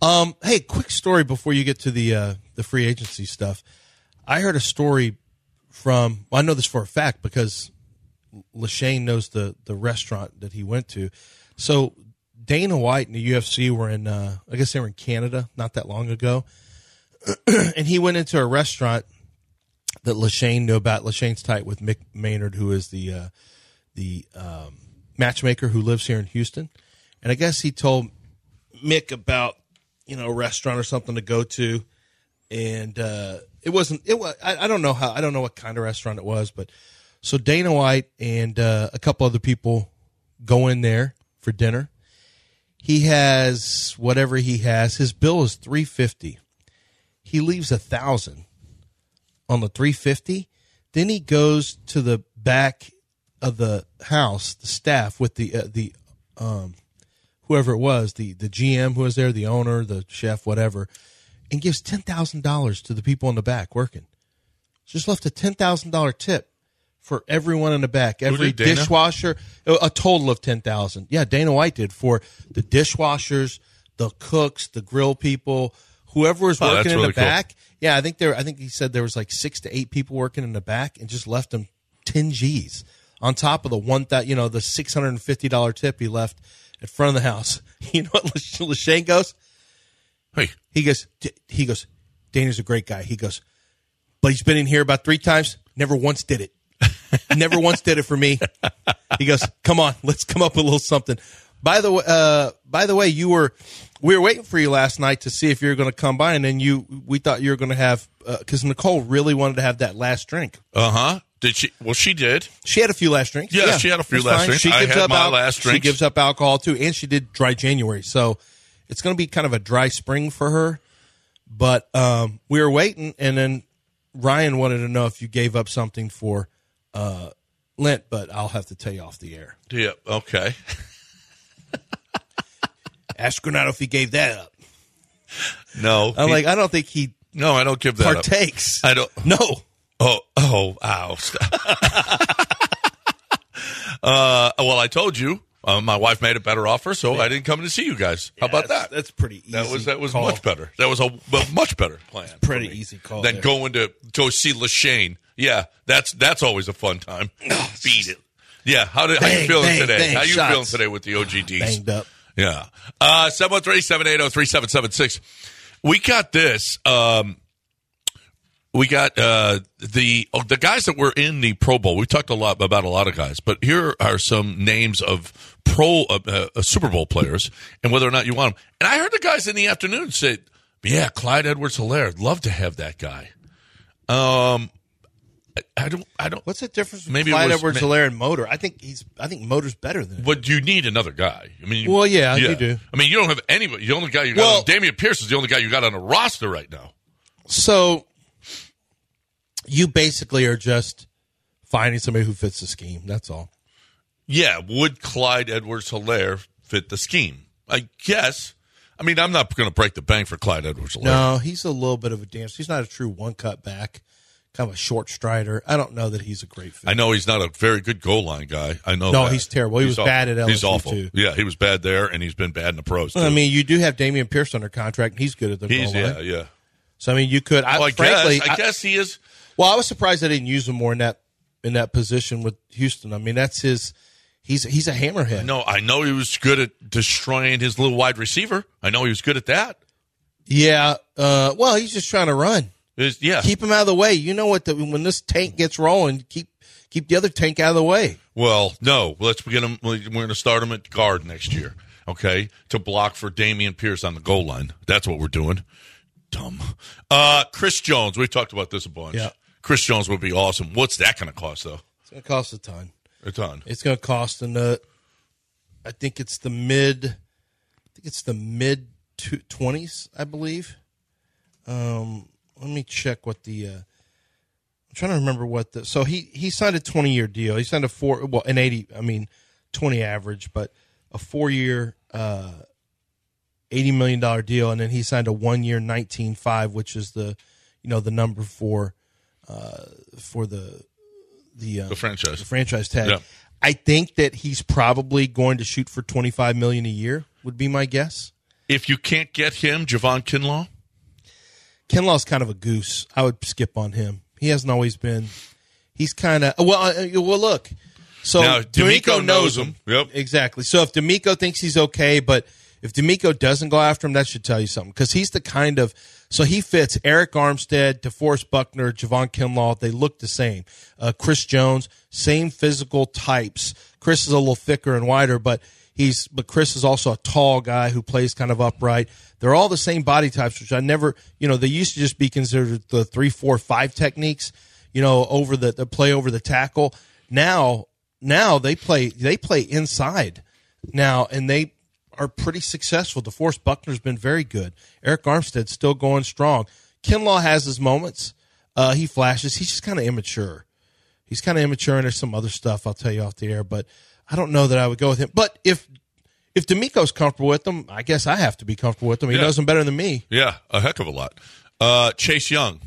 [SPEAKER 5] Um, hey, quick story before you get to the uh, the free agency stuff. I heard a story from well, I know this for a fact because Lashane knows the the restaurant that he went to. So Dana White and the UFC were in uh, I guess they were in Canada not that long ago, and he went into a restaurant that Lashane knew about. Lashane's tight with Mick Maynard, who is the uh, the um, matchmaker who lives here in Houston, and I guess he told Mick about you know a restaurant or something to go to, and uh, it wasn't. It was. I, I don't know how. I don't know what kind of restaurant it was, but so Dana White and uh, a couple other people go in there, for dinner. He has whatever he has. His bill is three fifty. He leaves a thousand on the three fifty. Then he goes to the back of the house, the staff with the uh, the um, whoever it was, the the GM who was there, the owner, the chef, whatever, and gives ten thousand dollars to the people in the back working. Just left a ten thousand dollar tip for everyone in the back, every
[SPEAKER 4] did Dana?
[SPEAKER 5] dishwasher, a a total of ten thousand. Yeah, Dana White did for the dishwashers, the cooks, the grill people, whoever was
[SPEAKER 4] Oh, that's
[SPEAKER 5] working in
[SPEAKER 4] really
[SPEAKER 5] the
[SPEAKER 4] cool.
[SPEAKER 5] back. Yeah, I think there. I think he said there was like six to eight people working in the back, and just left them ten G's on top of the one that you know the six hundred and fifty dollar tip he left at front of the house. You know what Lashane goes?
[SPEAKER 4] Hey,
[SPEAKER 5] He goes. D- He goes. Dana's a great guy. He goes, but he's been in here about three times. Never once did it. never once did it for me. He goes, come on, let's come up with a little something. By the way, uh, by the way, you were we were waiting for you last night to see if you were going to come by, and then you we thought you were going to have because Nicole really wanted to have that last drink.
[SPEAKER 4] uh huh. Did she? Well, she did.
[SPEAKER 5] She had a few last drinks.
[SPEAKER 4] Yeah, she had a few
[SPEAKER 5] that's
[SPEAKER 4] last drinks.
[SPEAKER 5] She
[SPEAKER 4] I
[SPEAKER 5] gives
[SPEAKER 4] had
[SPEAKER 5] up
[SPEAKER 4] my
[SPEAKER 5] al-
[SPEAKER 4] last
[SPEAKER 5] She
[SPEAKER 4] drinks.
[SPEAKER 5] gives up alcohol too, and she did dry January, so it's going to be kind of a dry spring for her. But um, we were waiting, and then Ryan wanted to know if you gave up something for uh, Lent, but I'll have to tell you off the air.
[SPEAKER 4] Yeah. Okay.
[SPEAKER 5] Ask Granado if he gave that up.
[SPEAKER 4] No.
[SPEAKER 5] I'm
[SPEAKER 4] he-
[SPEAKER 5] like, I don't think he
[SPEAKER 4] no, I don't give that up.
[SPEAKER 5] partakes.
[SPEAKER 4] I don't.
[SPEAKER 5] No,
[SPEAKER 4] Oh, oh, ow. Stop. uh, well, I told you. Uh, my wife made a better offer, so I didn't come to see you guys. How about
[SPEAKER 5] That's-
[SPEAKER 4] that?
[SPEAKER 5] That's pretty. easy
[SPEAKER 4] that was that was
[SPEAKER 5] call.
[SPEAKER 4] much better. That was a, a much better plan. for
[SPEAKER 5] Pretty
[SPEAKER 4] me
[SPEAKER 5] easy call.
[SPEAKER 4] than
[SPEAKER 5] there.
[SPEAKER 4] going to go see Lashane. Yeah, that's that's always a fun time. Beat it. Yeah, how, did, how you
[SPEAKER 5] Bang,
[SPEAKER 4] feeling
[SPEAKER 5] bang,
[SPEAKER 4] today?
[SPEAKER 5] bang,
[SPEAKER 4] how you
[SPEAKER 5] shots.
[SPEAKER 4] feeling today with the OGDs?
[SPEAKER 5] banged up.
[SPEAKER 4] Yeah. Uh 713-780-3776. We got this. Um we got uh the oh, the guys that were in the Pro Bowl. We talked a lot about a lot of guys, but here are some names of pro uh, uh, Super Bowl players and whether or not you want them. And I heard the guys in the afternoon say, "Yeah, Clyde Edwards-Helaire, love to have that guy." Um I, I don't I don't
[SPEAKER 5] What's the difference between
[SPEAKER 4] Maybe it
[SPEAKER 5] Clyde
[SPEAKER 4] was-
[SPEAKER 5] Edwards-Helaire and Motor? I think he's. I think Motor's better than. him.
[SPEAKER 4] But you need another guy. I mean,
[SPEAKER 5] Well, yeah, you do.
[SPEAKER 4] I mean, you don't have anybody. The only guy you got,
[SPEAKER 5] Well-
[SPEAKER 4] on, Damian Pierce is the only guy you got on a roster right now.
[SPEAKER 5] So you basically are just finding somebody who fits the scheme. That's all.
[SPEAKER 4] Yeah, would Clyde Edwards Hilaire fit the scheme? I guess. I mean, I'm not going to break the bank for Clyde Edwards Hilaire.
[SPEAKER 5] No, he's a little bit of a dance. He's not a true one cut back, kind of a short strider. I don't know that he's a great fit.
[SPEAKER 4] I know he's not a very good goal line guy. I know.
[SPEAKER 5] No,
[SPEAKER 4] that.
[SPEAKER 5] he's terrible. He was bad at
[SPEAKER 4] He's
[SPEAKER 5] LSU
[SPEAKER 4] awful.
[SPEAKER 5] too.
[SPEAKER 4] Yeah, he was bad there, and he's been bad in the pros. Too.
[SPEAKER 5] I mean, you do have Damian Pierce under contract, and he's good at the
[SPEAKER 4] he's
[SPEAKER 5] goal line.
[SPEAKER 4] yeah, yeah.
[SPEAKER 5] So I mean, you could. I,
[SPEAKER 4] Well, I
[SPEAKER 5] frankly,
[SPEAKER 4] guess. I, guess he is.
[SPEAKER 5] Well, I was surprised I didn't use him more in that in that position with Houston. I mean, that's his. He's he's a hammerhead.
[SPEAKER 4] No, I know he was good at destroying his little wide receiver. I know he was good at that.
[SPEAKER 5] Yeah. Uh, well, he's just trying to run.
[SPEAKER 4] Is- yeah.
[SPEAKER 5] keep him out of the way. You know what? The, when this tank gets rolling, keep keep the other tank out of the way.
[SPEAKER 4] Well, no. Let's get him. We're going to start him at guard next year. Okay, to block for Damian Pierce on the goal line. That's what we're doing. Dumb. Uh, Chris Jones. We've talked about this a bunch.
[SPEAKER 5] Yeah.
[SPEAKER 4] Chris Jones would be awesome. What's that going to cost though?
[SPEAKER 5] It's gonna cost a ton.
[SPEAKER 4] A ton.
[SPEAKER 5] It's gonna cost in the. I think it's the mid. I think it's the mid twenties. I believe. Um, let me check what the. Uh, I'm trying to remember what the. So he he signed a 20 year deal. He signed a four well an 80. I mean, 20 average, but a four year. Uh, eighty million dollar deal, and then he signed a one year nineteen five, which is the, you know, the number for, uh, for the, the, uh,
[SPEAKER 4] The franchise.
[SPEAKER 5] the franchise tag.
[SPEAKER 4] Yeah.
[SPEAKER 5] I think that he's probably going to shoot for twenty five million a year. Would be my guess.
[SPEAKER 4] If you can't get him, Javon Kinlaw.
[SPEAKER 5] Kenlaw's kind of a goose. I would skip on him. He hasn't always been. He's kind of well. Uh, well, look. So
[SPEAKER 4] Now,
[SPEAKER 5] D'Amico,
[SPEAKER 4] D'Amico knows
[SPEAKER 5] knows
[SPEAKER 4] him.
[SPEAKER 5] him.
[SPEAKER 4] Yep.
[SPEAKER 5] Exactly. So if D'Amico thinks he's okay, but if D'Amico doesn't go after him, that should tell you something because he's the kind of so he fits Eric Armstead, DeForest Buckner, Javon Kinlaw. They look the same. Uh, Chris Jones, same physical types. Chris is a little thicker and wider, but he's but Chris is also a tall guy who plays kind of upright. They're all the same body types, which I never, you know, they used to just be considered the three, four, five techniques. You know, over the, the play over the tackle. Now now they play they play inside. now, and they are pretty successful. DeForest Buckner's been very good. Eric Armstead's still going strong. Kinlaw has his moments. Uh, he flashes. He's just kind of immature. He's kind of immature, and there's some other stuff I'll tell you off the air. But I don't know that I would go with him. But if if D'Amico's comfortable with him, I guess I have to be comfortable with him. He
[SPEAKER 4] Yeah.
[SPEAKER 5] knows him better than me.
[SPEAKER 4] Yeah, a heck of a lot. Uh, Chase Young.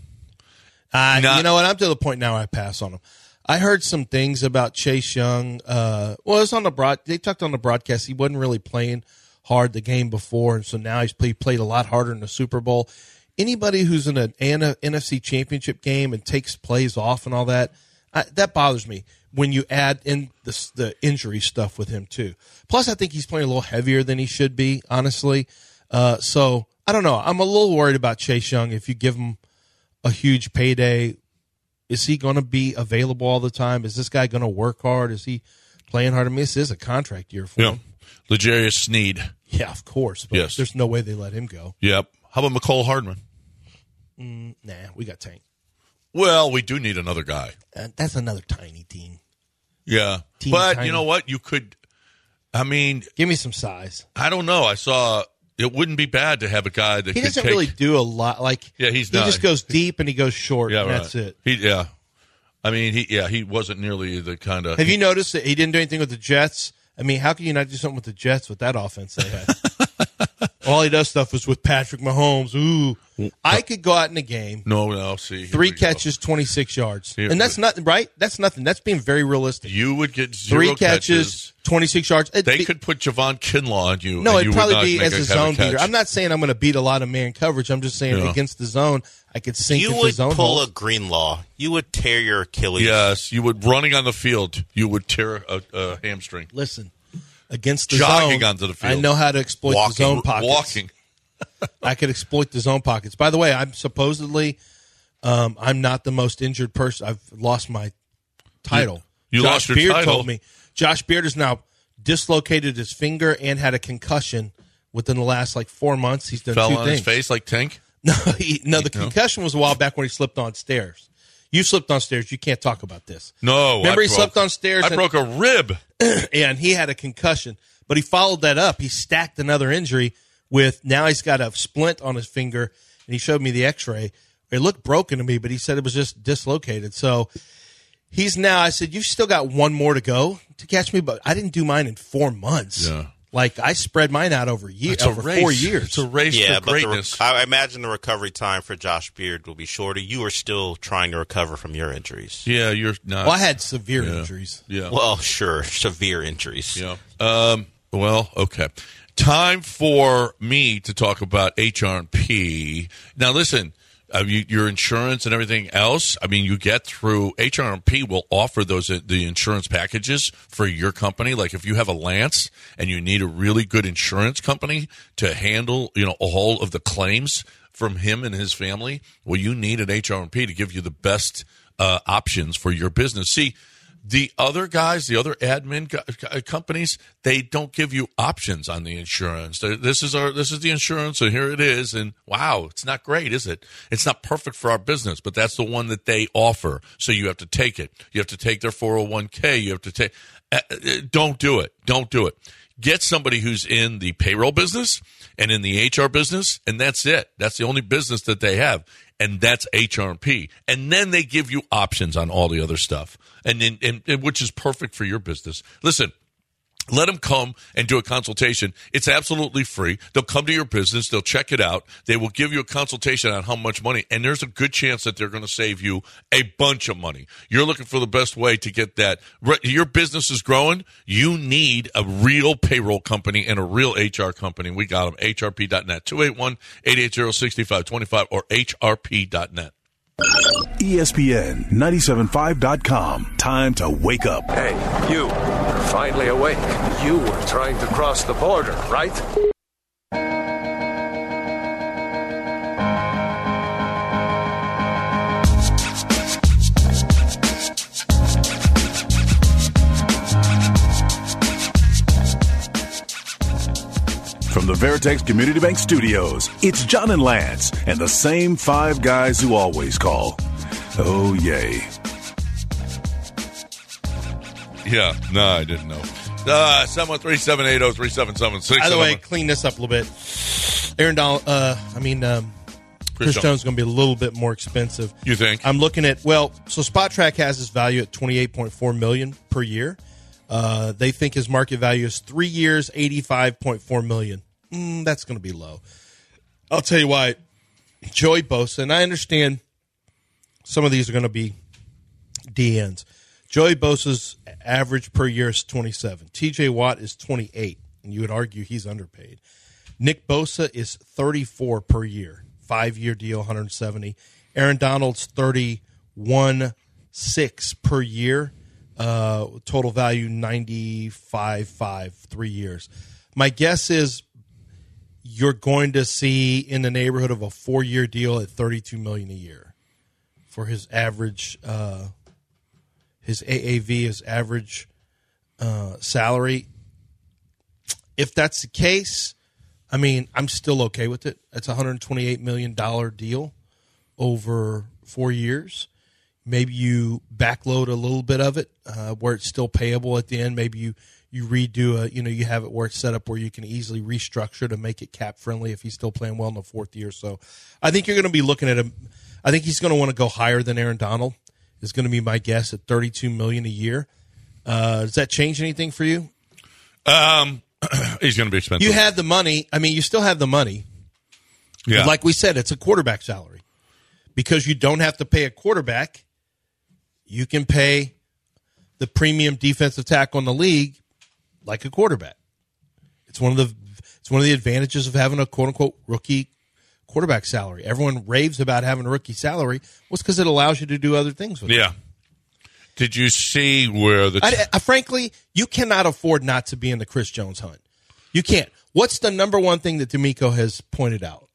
[SPEAKER 5] I,
[SPEAKER 4] Not-
[SPEAKER 5] you know what? I'm to the point now where I pass on him. I heard some things about Chase Young. Uh, well, it's on the broad. They talked on the broadcast. He wasn't really playing hard the game before, and so now he's play, played a lot harder in the Super Bowl. Anybody who's in an N- NFC Championship game and takes plays off and all that, I, that bothers me. When you add in the, s- the injury stuff with him too. Plus, I think he's playing a little heavier than he should be. Honestly, uh, so I don't know. I'm a little worried about Chase Young. If you give him a huge payday. Is he going to be available all the time? Is this guy going to work hard? Is he playing hard? I mean, this is a contract year for
[SPEAKER 4] Yeah.
[SPEAKER 5] him.
[SPEAKER 4] Legarius Sneed.
[SPEAKER 5] Yeah, of course. But
[SPEAKER 4] Yes.
[SPEAKER 5] there's no way they let him go.
[SPEAKER 4] Yep. How about McCole Hardman?
[SPEAKER 5] Nah, we got Tank.
[SPEAKER 4] Well, we do need another guy.
[SPEAKER 5] Uh, that's another tiny team.
[SPEAKER 4] Yeah.
[SPEAKER 5] Teeny
[SPEAKER 4] but
[SPEAKER 5] tiny.
[SPEAKER 4] you know what? You could. I mean,
[SPEAKER 5] Give me some size.
[SPEAKER 4] I don't know. I saw it wouldn't be bad to have a guy that
[SPEAKER 5] He
[SPEAKER 4] could
[SPEAKER 5] doesn't
[SPEAKER 4] take-
[SPEAKER 5] really do a lot. Like
[SPEAKER 4] Yeah, he's
[SPEAKER 5] he
[SPEAKER 4] not-
[SPEAKER 5] just goes deep and he goes short.
[SPEAKER 4] Yeah,
[SPEAKER 5] and
[SPEAKER 4] right.
[SPEAKER 5] that's it.
[SPEAKER 4] He yeah. I mean, he yeah, he wasn't nearly the kind of.
[SPEAKER 5] Have you noticed that he didn't do anything with the Jets? I mean, how can you not do something with the Jets with that offense they had? all he does stuff was with Patrick Mahomes. Ooh,
[SPEAKER 4] Mm.
[SPEAKER 5] I could go out in a game
[SPEAKER 4] no, no. See, here
[SPEAKER 5] Three
[SPEAKER 4] we go.
[SPEAKER 5] catches, 26 yards.
[SPEAKER 4] Here
[SPEAKER 5] and
[SPEAKER 4] we-
[SPEAKER 5] that's nothing, right? That's nothing. That's being very realistic.
[SPEAKER 4] You would get zero
[SPEAKER 5] Three catches, 26 yards. It'd
[SPEAKER 4] They
[SPEAKER 5] be-
[SPEAKER 4] could put Javon Kinlaw on you. and you
[SPEAKER 5] no, it'd
[SPEAKER 4] would
[SPEAKER 5] probably
[SPEAKER 4] not
[SPEAKER 5] be
[SPEAKER 4] make
[SPEAKER 5] as a
[SPEAKER 4] have
[SPEAKER 5] zone beater.
[SPEAKER 4] catch.
[SPEAKER 5] I'm not saying I'm going to beat a lot of man coverage. I'm just saying
[SPEAKER 4] Yeah.
[SPEAKER 5] against the zone, I could sink
[SPEAKER 7] You
[SPEAKER 5] into
[SPEAKER 7] would
[SPEAKER 5] zone.
[SPEAKER 7] pull
[SPEAKER 5] holes.
[SPEAKER 7] a Greenlaw. You would tear your Achilles.
[SPEAKER 4] Yes, you would running on the field. You would tear a, a hamstring.
[SPEAKER 5] Listen, against the
[SPEAKER 4] Jogging
[SPEAKER 5] zone,
[SPEAKER 4] onto the
[SPEAKER 5] I
[SPEAKER 4] field.
[SPEAKER 5] know how to exploit the zone pockets.
[SPEAKER 4] walking.
[SPEAKER 5] I could exploit the zone pockets. By the way, I'm supposedly, um, I'm not the most injured person. I've lost my title.
[SPEAKER 4] You- you
[SPEAKER 5] Josh
[SPEAKER 4] lost your
[SPEAKER 5] Beard
[SPEAKER 4] title.
[SPEAKER 5] told me. Josh Beard has now dislocated his finger and had a concussion within the last like four months. He's done
[SPEAKER 4] Fell
[SPEAKER 5] two
[SPEAKER 4] on
[SPEAKER 5] things.
[SPEAKER 4] his face like Tank.
[SPEAKER 5] No, he, no, the concussion was a while back when he slipped on stairs. You slipped on stairs. You can't talk about this.
[SPEAKER 4] No,
[SPEAKER 5] remember
[SPEAKER 4] I
[SPEAKER 5] he
[SPEAKER 4] broke-
[SPEAKER 5] slept on stairs.
[SPEAKER 4] I
[SPEAKER 5] and-
[SPEAKER 4] broke a rib.
[SPEAKER 5] and he had a concussion. But he followed that up. He stacked another injury with now he's got a splint on his finger, and he showed me the X-ray. It looked broken to me, but he said it was just dislocated. So he's now. I said, "You've still got one more to go to catch me," but I didn't do mine in four months.
[SPEAKER 4] Yeah.
[SPEAKER 5] Like I spread mine out over year
[SPEAKER 4] It's a
[SPEAKER 5] over
[SPEAKER 4] race.
[SPEAKER 5] four years.
[SPEAKER 4] It's a race
[SPEAKER 7] Yeah,
[SPEAKER 4] for
[SPEAKER 7] but the re-
[SPEAKER 4] greatness.
[SPEAKER 7] I imagine the recovery time for Josh Beard will be shorter. You are still trying to recover from your injuries.
[SPEAKER 4] yeah, you're not.
[SPEAKER 5] well, I had severe
[SPEAKER 4] Yeah.
[SPEAKER 5] injuries.
[SPEAKER 4] Yeah.
[SPEAKER 7] Well, sure, severe injuries.
[SPEAKER 4] Yeah. Um, well, okay. Time for me to talk about HRP. Now, listen, uh, you, your insurance and everything else. I mean, you get through HRP will offer those uh, the insurance packages for your company. Like if you have a Lance and you need a really good insurance company to handle, you know, all of the claims from him and his family, well, you need an HRP to give you the best uh, options for your business. See. The other guys, the other admin co- co- companies, they don't give you options on the insurance. They're- This is our, this is the insurance, and here it is. And wow, it's not great, is it? It's not perfect for our business, but that's the one that they offer. So you have to take it. You have to take their four hundred one k. You have to take. uh, uh, Don't do it. Don't do it get somebody who's in the payroll business and in the HR business, and that's it. That's the only business that they have, and that's HRP. And then they give you options on all the other stuff, and, then and, and which is perfect for your business. Listen, let them come and do a consultation. It's absolutely free. They'll come to your business. They'll check it out. They will give you a consultation on how much money, and there's a good chance that they're going to save you a bunch of money. You're looking for the best way to get that. Re- Your business is growing. You need a real payroll company and a real HR company. We got them. HRP.net, 281 880 6525 or HRP.net.
[SPEAKER 8] E ESPN 975.com. Time to wake up.
[SPEAKER 10] Hey, you. You're finally awake. You were trying to cross the border, right?
[SPEAKER 8] From the Veritex Community Bank Studios, it's John and Lance and the same five guys who always call. Oh, yay.
[SPEAKER 4] Yeah, no, I didn't know. Uh, 713-780-3776.
[SPEAKER 1] By the way, clean this up a little bit. Aaron Donald, uh, I mean, um, Chris, Jones is going to be a little bit more expensive.
[SPEAKER 4] You think?
[SPEAKER 1] I'm looking at well, so Spot Track has his value at 28.4 million per year. Uh, they think his market value is three years, 85.4 million. Mm, that's going to be low. I'll tell you why. Joey Bosa, and I understand some of these are going to be DNs. Joey Bosa's average per year is 27. TJ Watt is 28, and you would argue he's underpaid. Nick Bosa is 34 per year, five year deal, 170. Aaron Donald's 31, six per year, uh, total value 95, five, three years. My guess is you're going to see in the neighborhood of a four year deal at 32 million a year for his average uh, his AAV, his average uh, salary. If that's the case, I mean, I'm still okay with it. It's a 128 million dollar deal over four years. Maybe you backload a little bit of it uh, where it's still payable at the end. Maybe you you redo a you know you have it where it's set up where you can easily restructure to make it cap friendly if he's still playing well in the fourth year. So, I think you're going to be looking at him. I think he's going to want to go higher than Aaron Donald is going to be my guess at 32 million a year. Uh, does that change anything for you?
[SPEAKER 4] Um, he's going to be expensive.
[SPEAKER 1] You have the money. I mean, you still have the money.
[SPEAKER 4] yeah.
[SPEAKER 1] Like we said, it's a quarterback salary because you don't have to pay a quarterback. You can pay the premium defensive tackle in the league like a quarterback. It's one of the it's one of the advantages of having a quote unquote rookie quarterback salary. Everyone raves about having a rookie salary. Well, it's because it allows you to do other things with it.
[SPEAKER 4] yeah. Did you see where the
[SPEAKER 1] I, I- frankly, you cannot afford not to be in the Chris Jones hunt. You can't. What's the number one thing that D'Amico has pointed out?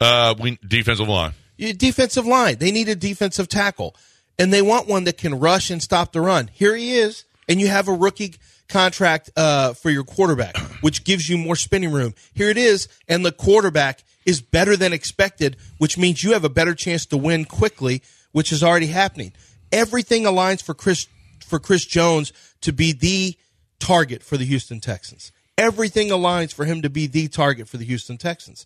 [SPEAKER 4] uh, we, defensive line?
[SPEAKER 1] Your defensive line. They need a defensive tackle, and they want one that can rush and stop the run. Here he is, and you have a rookie contract uh, for your quarterback, which gives you more spinning room. Here it is, and the quarterback is better than expected, which means you have a better chance to win quickly, which is already happening. Everything aligns for Chris for Chris Jones to be the target for the Houston Texans. Everything aligns for him to be the target for the Houston Texans.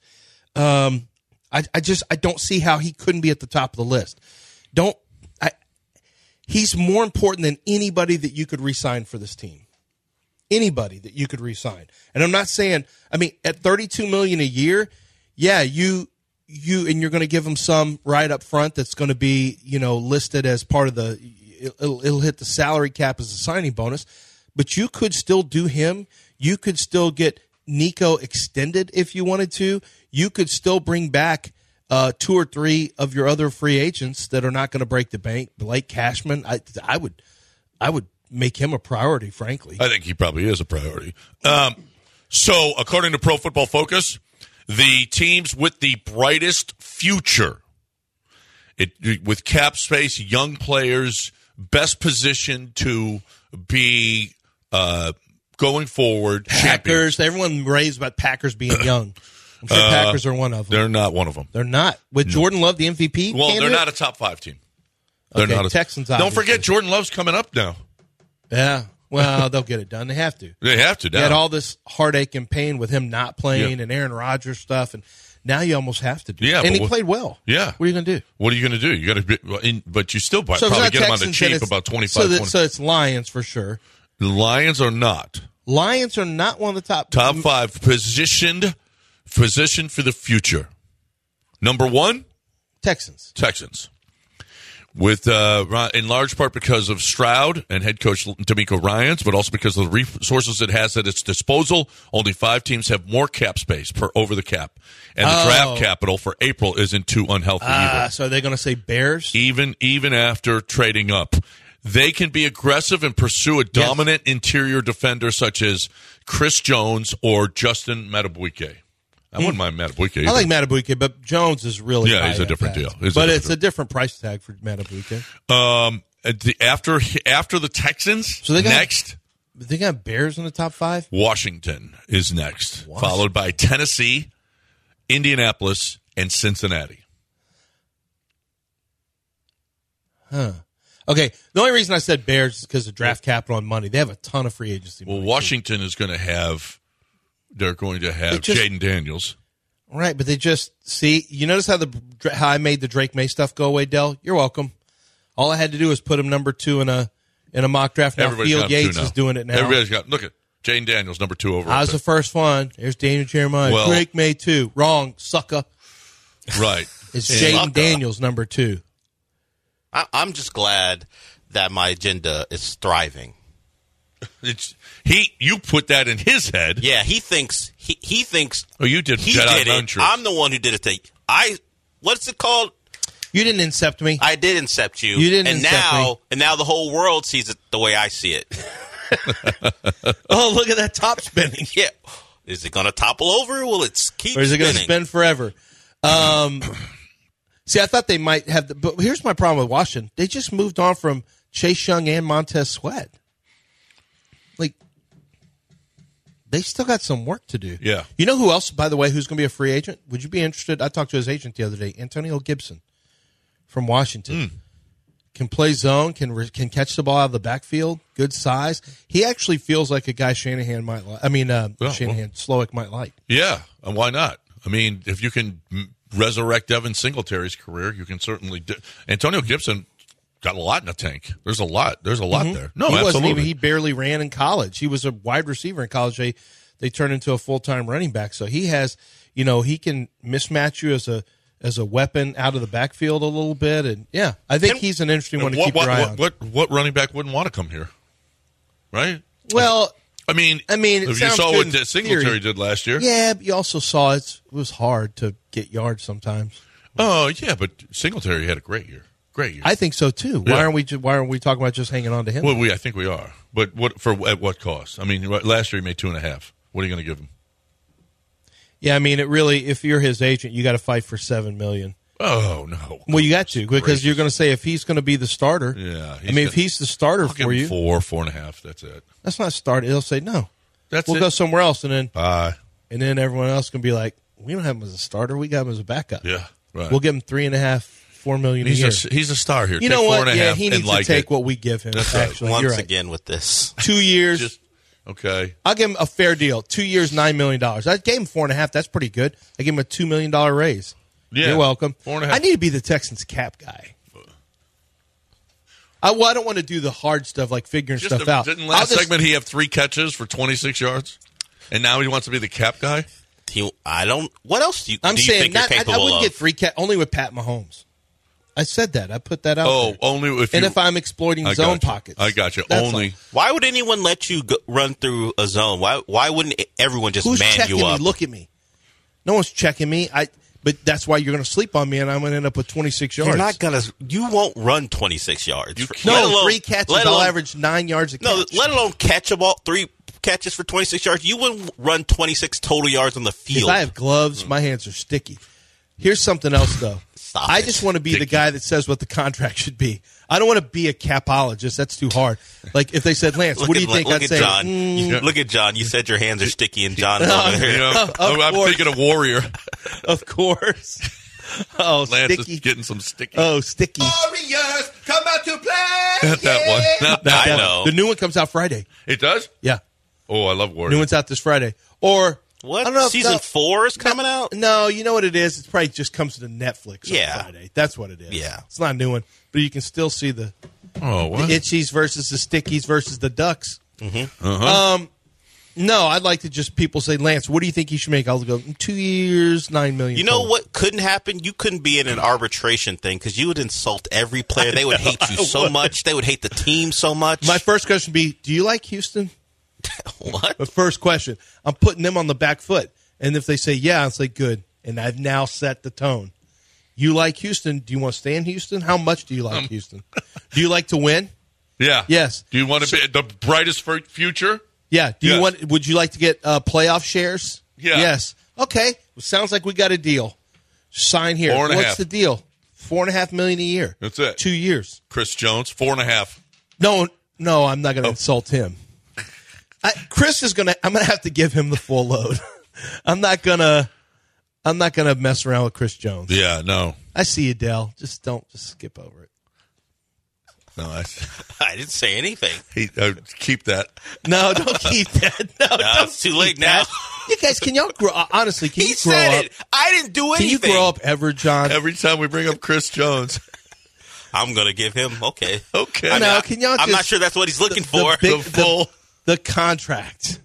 [SPEAKER 1] Um, I, I just I don't see how he couldn't be at the top of the list. Don't I? He's more important than anybody that you could resign for this team. Anybody that you could resign, and I'm not saying. I mean, at 32 million a year, yeah, you you and you're going to give him some right up front that's going to be you know listed as part of the it'll, it'll hit the salary cap as a signing bonus, but you could still do him. You could still get Nico extended if you wanted to. You could still bring back uh, two or three of your other free agents that are not going to break the bank. Blake Cashman, I, I would, I would make him a priority. Frankly,
[SPEAKER 4] I think he probably is a priority. Um, so, according to Pro Football Focus, the teams with the brightest future, it with cap space, young players, best position to be uh, going forward. champions.
[SPEAKER 1] Packers. Everyone raves about Packers being young. I'm sure
[SPEAKER 4] Uh,
[SPEAKER 1] Packers are one of them.
[SPEAKER 4] They're not one of them.
[SPEAKER 1] They're not with Jordan Love, the MVP.
[SPEAKER 4] Well, they're
[SPEAKER 1] candidate?
[SPEAKER 4] not a top five team. They're
[SPEAKER 1] Okay,
[SPEAKER 4] not a,
[SPEAKER 1] Texans,
[SPEAKER 4] Don't
[SPEAKER 1] obviously.
[SPEAKER 4] forget, Jordan Love's coming up now.
[SPEAKER 1] Yeah. Well, they'll get it done. They have to.
[SPEAKER 4] They have to.
[SPEAKER 1] They
[SPEAKER 4] Now.
[SPEAKER 1] had all this heartache and pain with him not playing and Aaron Rodgers stuff, and now you almost have to do.
[SPEAKER 4] Yeah,
[SPEAKER 1] it. and
[SPEAKER 4] but
[SPEAKER 1] he
[SPEAKER 4] what-
[SPEAKER 1] played well.
[SPEAKER 4] Yeah.
[SPEAKER 1] What are you going to do?
[SPEAKER 4] What are you going to do? You got to, well, in- but you still buy,
[SPEAKER 1] if it's
[SPEAKER 4] probably
[SPEAKER 1] not
[SPEAKER 4] get them on the
[SPEAKER 1] Texans, then
[SPEAKER 4] cheap
[SPEAKER 1] it's-
[SPEAKER 4] about 25,
[SPEAKER 1] So, that,
[SPEAKER 4] 20.
[SPEAKER 1] so it's Lions for sure.
[SPEAKER 4] The Lions are not
[SPEAKER 1] Lions are not one of the top.
[SPEAKER 4] top five positioned, positioned for the future. Number one,
[SPEAKER 1] Texans.
[SPEAKER 4] Texans, with uh, Ry- in large part because of Stroud and head coach D'Amico Ryan's, but also because of the resources it has at its disposal. Only five teams have more cap space per over the cap, and
[SPEAKER 1] Oh.
[SPEAKER 4] the draft capital for April isn't too unhealthy either
[SPEAKER 1] Uh, so are they going to say Bears?
[SPEAKER 4] even even after trading up. They can be aggressive and pursue a dominant interior defender such as Chris Jones or Justin Matabuike. I wouldn't mind Matabuike.
[SPEAKER 1] Hmm. I like
[SPEAKER 4] either.
[SPEAKER 1] Matabuke, but Jones is really
[SPEAKER 4] Yeah,
[SPEAKER 1] high
[SPEAKER 4] he's a
[SPEAKER 1] at
[SPEAKER 4] different
[SPEAKER 1] that.
[SPEAKER 4] deal. He's a
[SPEAKER 1] but
[SPEAKER 4] different
[SPEAKER 1] it's
[SPEAKER 4] deal.
[SPEAKER 1] a different price tag for Matabuke.
[SPEAKER 4] um, at the- after after the Texans.
[SPEAKER 1] So they got-
[SPEAKER 4] next
[SPEAKER 1] But they got Bears in the top five.
[SPEAKER 4] Washington is next,
[SPEAKER 1] Washington.
[SPEAKER 4] followed by Tennessee, Indianapolis, and Cincinnati.
[SPEAKER 1] Okay. The only reason I said Bears is because of draft capital and money. They have a ton of free agency.
[SPEAKER 4] Well,
[SPEAKER 1] money,
[SPEAKER 4] Washington is going to have. They're going to have
[SPEAKER 1] It just-
[SPEAKER 4] Jaden Daniels.
[SPEAKER 1] too. All right, but they just see. You notice how the how I made the Drake May stuff go away, Dell. You're welcome. All I had to do was put him number two in a in a mock draft. Now
[SPEAKER 4] Everybody's got
[SPEAKER 1] Field
[SPEAKER 4] him
[SPEAKER 1] Yates
[SPEAKER 4] two now.
[SPEAKER 1] is doing it now.
[SPEAKER 4] Everybody's got. Look at Jaden Daniels, number two overall.
[SPEAKER 1] I was the
[SPEAKER 4] pick.
[SPEAKER 1] first one. There's Daniel Jeremiah.
[SPEAKER 4] Well-
[SPEAKER 1] Drake May two. Wrong, sucker.
[SPEAKER 4] right.
[SPEAKER 1] It's
[SPEAKER 4] And-
[SPEAKER 1] Jaden Daniels number two.
[SPEAKER 7] I, I'm just glad that my agenda is thriving.
[SPEAKER 4] It's, he, you put that in his head.
[SPEAKER 7] Yeah, he thinks he, he thinks.
[SPEAKER 4] Oh, you did
[SPEAKER 7] he
[SPEAKER 4] Jedi
[SPEAKER 7] did
[SPEAKER 4] Mind
[SPEAKER 7] it.
[SPEAKER 4] Tricks.
[SPEAKER 7] I'm the one who did it. To, I what's it called?
[SPEAKER 1] You didn't incept me.
[SPEAKER 7] I did incept you.
[SPEAKER 1] You didn't
[SPEAKER 7] And
[SPEAKER 1] incept
[SPEAKER 7] now
[SPEAKER 1] me.
[SPEAKER 7] and now the whole world sees it the way I see it.
[SPEAKER 1] oh, look at that top spinning.
[SPEAKER 7] yeah. Is it going to topple over? Will it s- keep
[SPEAKER 1] or is it going to spin
[SPEAKER 7] spinning?
[SPEAKER 1] forever? Um, see, I thought they might have, the, but here's my problem with Washington: they just moved on from Chase Young and Montez Sweat. Like, they still got some work to do.
[SPEAKER 4] Yeah.
[SPEAKER 1] You know who else, by the way, who's going to be a free agent? Would you be interested? I talked to his agent the other day, Antonio Gibson from Washington.
[SPEAKER 4] Hmm.
[SPEAKER 1] Can play zone, can re- can catch the ball out of the backfield, good size. He actually feels like a guy Shanahan might like. I mean, uh,
[SPEAKER 4] well.
[SPEAKER 1] Shanahan Slowick might like.
[SPEAKER 4] Yeah, and why not? I mean, if you can mm, resurrect Devin Singletary's career, you can certainly. Do. Antonio Gibson got a lot in the tank. There's a lot. There's a lot there.
[SPEAKER 1] Mm-hmm. he
[SPEAKER 4] No, Oh, absolutely.
[SPEAKER 1] wasn't even. He barely ran in college. He was a wide receiver in college. They they turned into a full time running back. So he has, you know, he can mismatch you as a as a weapon out of the backfield a little bit. And yeah, I think he's an interesting one to
[SPEAKER 4] what,
[SPEAKER 1] keep
[SPEAKER 4] what,
[SPEAKER 1] your eye
[SPEAKER 4] what,
[SPEAKER 1] on.
[SPEAKER 4] what what running back wouldn't want to come here? Right.
[SPEAKER 1] well,
[SPEAKER 4] I mean,
[SPEAKER 1] I mean, it
[SPEAKER 4] if you
[SPEAKER 1] sounds
[SPEAKER 4] saw
[SPEAKER 1] good
[SPEAKER 4] what
[SPEAKER 1] in
[SPEAKER 4] the Singletary
[SPEAKER 1] theory.
[SPEAKER 4] did last year.
[SPEAKER 1] yeah, but you also saw it's, it was hard to get yards sometimes.
[SPEAKER 4] Oh yeah, but Singletary had a great year. Great year.
[SPEAKER 1] I think so too. Why
[SPEAKER 4] Yeah.
[SPEAKER 1] aren't we? ju- Why aren't we talking about just hanging on to him?
[SPEAKER 4] well, we I think we are, but what for? At what cost? I mean, wh- last year he made two and a half. What are you going to give him?
[SPEAKER 1] yeah, I mean, it really. If you're his agent, you got to fight for seven million.
[SPEAKER 4] Oh no.
[SPEAKER 1] Well, you got to because
[SPEAKER 4] Gracious.
[SPEAKER 1] you're going to say if he's going to be the starter.
[SPEAKER 4] Yeah,
[SPEAKER 1] I
[SPEAKER 4] he's
[SPEAKER 1] mean, if
[SPEAKER 4] gonna-
[SPEAKER 1] he's the starter
[SPEAKER 4] I'll give
[SPEAKER 1] for
[SPEAKER 4] him
[SPEAKER 1] you,
[SPEAKER 4] four, four and a half. That's it.
[SPEAKER 1] that's not start. They'll say no.
[SPEAKER 4] That's
[SPEAKER 1] we'll
[SPEAKER 4] it. Uh,
[SPEAKER 1] go somewhere else, and then
[SPEAKER 4] Bye.
[SPEAKER 1] and then everyone else can be like, we don't have him as a starter. We got him as a backup.
[SPEAKER 4] Yeah, right.
[SPEAKER 1] We'll give him three and a half, four million a
[SPEAKER 4] He's
[SPEAKER 1] year.
[SPEAKER 4] a, he's a star here.
[SPEAKER 1] you
[SPEAKER 4] Take
[SPEAKER 1] know
[SPEAKER 4] four
[SPEAKER 1] what?
[SPEAKER 4] and a
[SPEAKER 1] yeah,
[SPEAKER 4] half
[SPEAKER 1] he
[SPEAKER 4] and
[SPEAKER 1] needs
[SPEAKER 4] like
[SPEAKER 1] to take
[SPEAKER 4] it.
[SPEAKER 1] what we give him.
[SPEAKER 4] That's right.
[SPEAKER 1] actually,
[SPEAKER 7] Once
[SPEAKER 1] you're right.
[SPEAKER 7] again with this.
[SPEAKER 1] two years.
[SPEAKER 4] Just okay.
[SPEAKER 1] I'll give him a fair deal. Two years, nine million dollars. I gave him four and a half. That's pretty good. I gave him a two million dollar raise.
[SPEAKER 4] Yeah.
[SPEAKER 1] You're welcome.
[SPEAKER 4] Four and a half.
[SPEAKER 1] I need to be the Texans cap guy. I, well, I don't want to do the hard stuff like figuring
[SPEAKER 4] Just
[SPEAKER 1] stuff
[SPEAKER 4] a-
[SPEAKER 1] out.
[SPEAKER 4] Didn't
[SPEAKER 1] I'll
[SPEAKER 4] last
[SPEAKER 1] just-
[SPEAKER 4] segment he have three catches for twenty six yards, and now he wants to be the cap guy.
[SPEAKER 7] He, I don't. What else do you,
[SPEAKER 1] I'm
[SPEAKER 7] do you
[SPEAKER 1] saying
[SPEAKER 7] think
[SPEAKER 1] not,
[SPEAKER 7] you're
[SPEAKER 1] I, I
[SPEAKER 7] capable
[SPEAKER 1] wouldn't
[SPEAKER 7] of?
[SPEAKER 1] get three cat only with Pat Mahomes. I said that. I put that out.
[SPEAKER 4] Oh,
[SPEAKER 1] there.
[SPEAKER 4] only if
[SPEAKER 1] and
[SPEAKER 4] you,
[SPEAKER 1] if I'm exploiting
[SPEAKER 4] I
[SPEAKER 1] zone
[SPEAKER 4] got you.
[SPEAKER 1] pockets,
[SPEAKER 4] I got you.
[SPEAKER 1] That's
[SPEAKER 4] only
[SPEAKER 7] why would anyone let you go, run through a zone? Why Why wouldn't everyone just
[SPEAKER 1] all. who's
[SPEAKER 7] man
[SPEAKER 1] checking
[SPEAKER 7] you
[SPEAKER 1] me?
[SPEAKER 7] up?
[SPEAKER 1] Look at me. No one's checking me. I. But that's why you're going to sleep on me, and I'm going to end up with 26 yards.
[SPEAKER 7] You're not gonna. You won't run 26 yards. You
[SPEAKER 1] no, three catches. I'll average nine yards a catch.
[SPEAKER 7] No, let alone catch a ball three catches for 26 yards. You wouldn't run 26 total yards on the
[SPEAKER 1] If
[SPEAKER 7] field.
[SPEAKER 1] I have gloves, my hands are sticky. Here's something else, though.
[SPEAKER 7] Stop
[SPEAKER 1] I
[SPEAKER 7] it.
[SPEAKER 1] just want to be the
[SPEAKER 7] Sticky.
[SPEAKER 1] guy that says what the contract should be. I don't want to be a capologist. That's too hard. Like if they said, Lance,
[SPEAKER 7] Look
[SPEAKER 1] what do
[SPEAKER 7] at
[SPEAKER 1] you
[SPEAKER 7] Lan-
[SPEAKER 1] think?
[SPEAKER 7] Look
[SPEAKER 1] I'd
[SPEAKER 7] at
[SPEAKER 1] say,
[SPEAKER 7] John.
[SPEAKER 1] "Mm,
[SPEAKER 7] You- Look at John. You said your hands are sticky, and John is over
[SPEAKER 4] you
[SPEAKER 7] there.
[SPEAKER 4] know, I'm, I'm
[SPEAKER 1] course.
[SPEAKER 4] thinking of Warrior.
[SPEAKER 1] of course. Oh,
[SPEAKER 4] Lance is
[SPEAKER 1] sticky.
[SPEAKER 4] getting some sticky.
[SPEAKER 1] Oh, sticky.
[SPEAKER 4] Warriors, come out to play. Not that one. Not that
[SPEAKER 7] I
[SPEAKER 4] one.
[SPEAKER 7] know.
[SPEAKER 1] The new one comes out Friday.
[SPEAKER 4] It does.
[SPEAKER 1] Yeah,
[SPEAKER 4] Oh, I love
[SPEAKER 1] new
[SPEAKER 4] Warrior.
[SPEAKER 1] one's out this Friday. Or
[SPEAKER 7] What
[SPEAKER 1] I don't know if
[SPEAKER 7] season
[SPEAKER 1] no-
[SPEAKER 7] four is coming out?
[SPEAKER 1] No, you know what it is. It probably just comes to Netflix on
[SPEAKER 7] Yeah.
[SPEAKER 1] Friday. That's what it is.
[SPEAKER 7] Yeah.
[SPEAKER 1] it's not a new one, but you can still see the
[SPEAKER 4] Oh, what?
[SPEAKER 1] itchies versus the stickies versus the ducks.
[SPEAKER 7] Mm-hmm.
[SPEAKER 1] Um, no, I'd like to just people say, Lance, what do you think you should make? I'll go two years, nine million.
[SPEAKER 7] You know
[SPEAKER 1] total."
[SPEAKER 7] what couldn't happen? You couldn't be in an arbitration thing because you would insult every player. They would hate you so much. They would hate the team so much.
[SPEAKER 1] My first question would be, do you like Houston?
[SPEAKER 7] what?
[SPEAKER 1] The first question. I'm putting them on the back foot, and if they say yeah, I'll say good, and I've now set the tone. You like Houston? Do you want to stay in Houston? How much do you like
[SPEAKER 7] Um,
[SPEAKER 1] Houston? Do you like to win?
[SPEAKER 4] Yeah.
[SPEAKER 1] Yes.
[SPEAKER 4] Do you want to be the brightest fu- future?
[SPEAKER 1] Yeah. Do
[SPEAKER 4] Yes.
[SPEAKER 1] you want? Would you like to get uh, playoff shares?
[SPEAKER 4] Yeah.
[SPEAKER 1] Yes. Okay. Well, sounds like we got a deal. Sign here.
[SPEAKER 4] Four and a
[SPEAKER 1] What's
[SPEAKER 4] half.
[SPEAKER 1] the deal? Four and a half million a year.
[SPEAKER 4] That's it.
[SPEAKER 1] Two years.
[SPEAKER 4] Chris Jones, four and a half.
[SPEAKER 1] No, no, I'm not going
[SPEAKER 4] Oh.
[SPEAKER 1] to insult him. I, Chris is going to. I'm going to have to give him the full load. I'm not gonna. I'm not gonna mess around with Chris Jones.
[SPEAKER 4] Yeah, no.
[SPEAKER 1] I see you, Dell. Just don't. Just skip over it.
[SPEAKER 4] No, that's,
[SPEAKER 7] I didn't say anything.
[SPEAKER 4] he, uh, keep that.
[SPEAKER 5] No, don't keep that. No,
[SPEAKER 7] No,
[SPEAKER 5] don't
[SPEAKER 7] it's too late
[SPEAKER 5] keep that. You guys, can y'all grow? Honestly, can
[SPEAKER 7] He
[SPEAKER 5] you grow
[SPEAKER 7] said
[SPEAKER 5] up?
[SPEAKER 7] it. I didn't do
[SPEAKER 5] Can you
[SPEAKER 7] anything.
[SPEAKER 5] grow up ever, John?
[SPEAKER 4] Every time we bring up Chris Jones,
[SPEAKER 7] I'm gonna give him okay.
[SPEAKER 4] okay,
[SPEAKER 7] I mean,
[SPEAKER 5] No,
[SPEAKER 7] I-
[SPEAKER 5] can y'all
[SPEAKER 7] I'm not
[SPEAKER 5] just-
[SPEAKER 7] sure that's what he's looking for.
[SPEAKER 5] big-
[SPEAKER 4] the full.
[SPEAKER 5] The contract.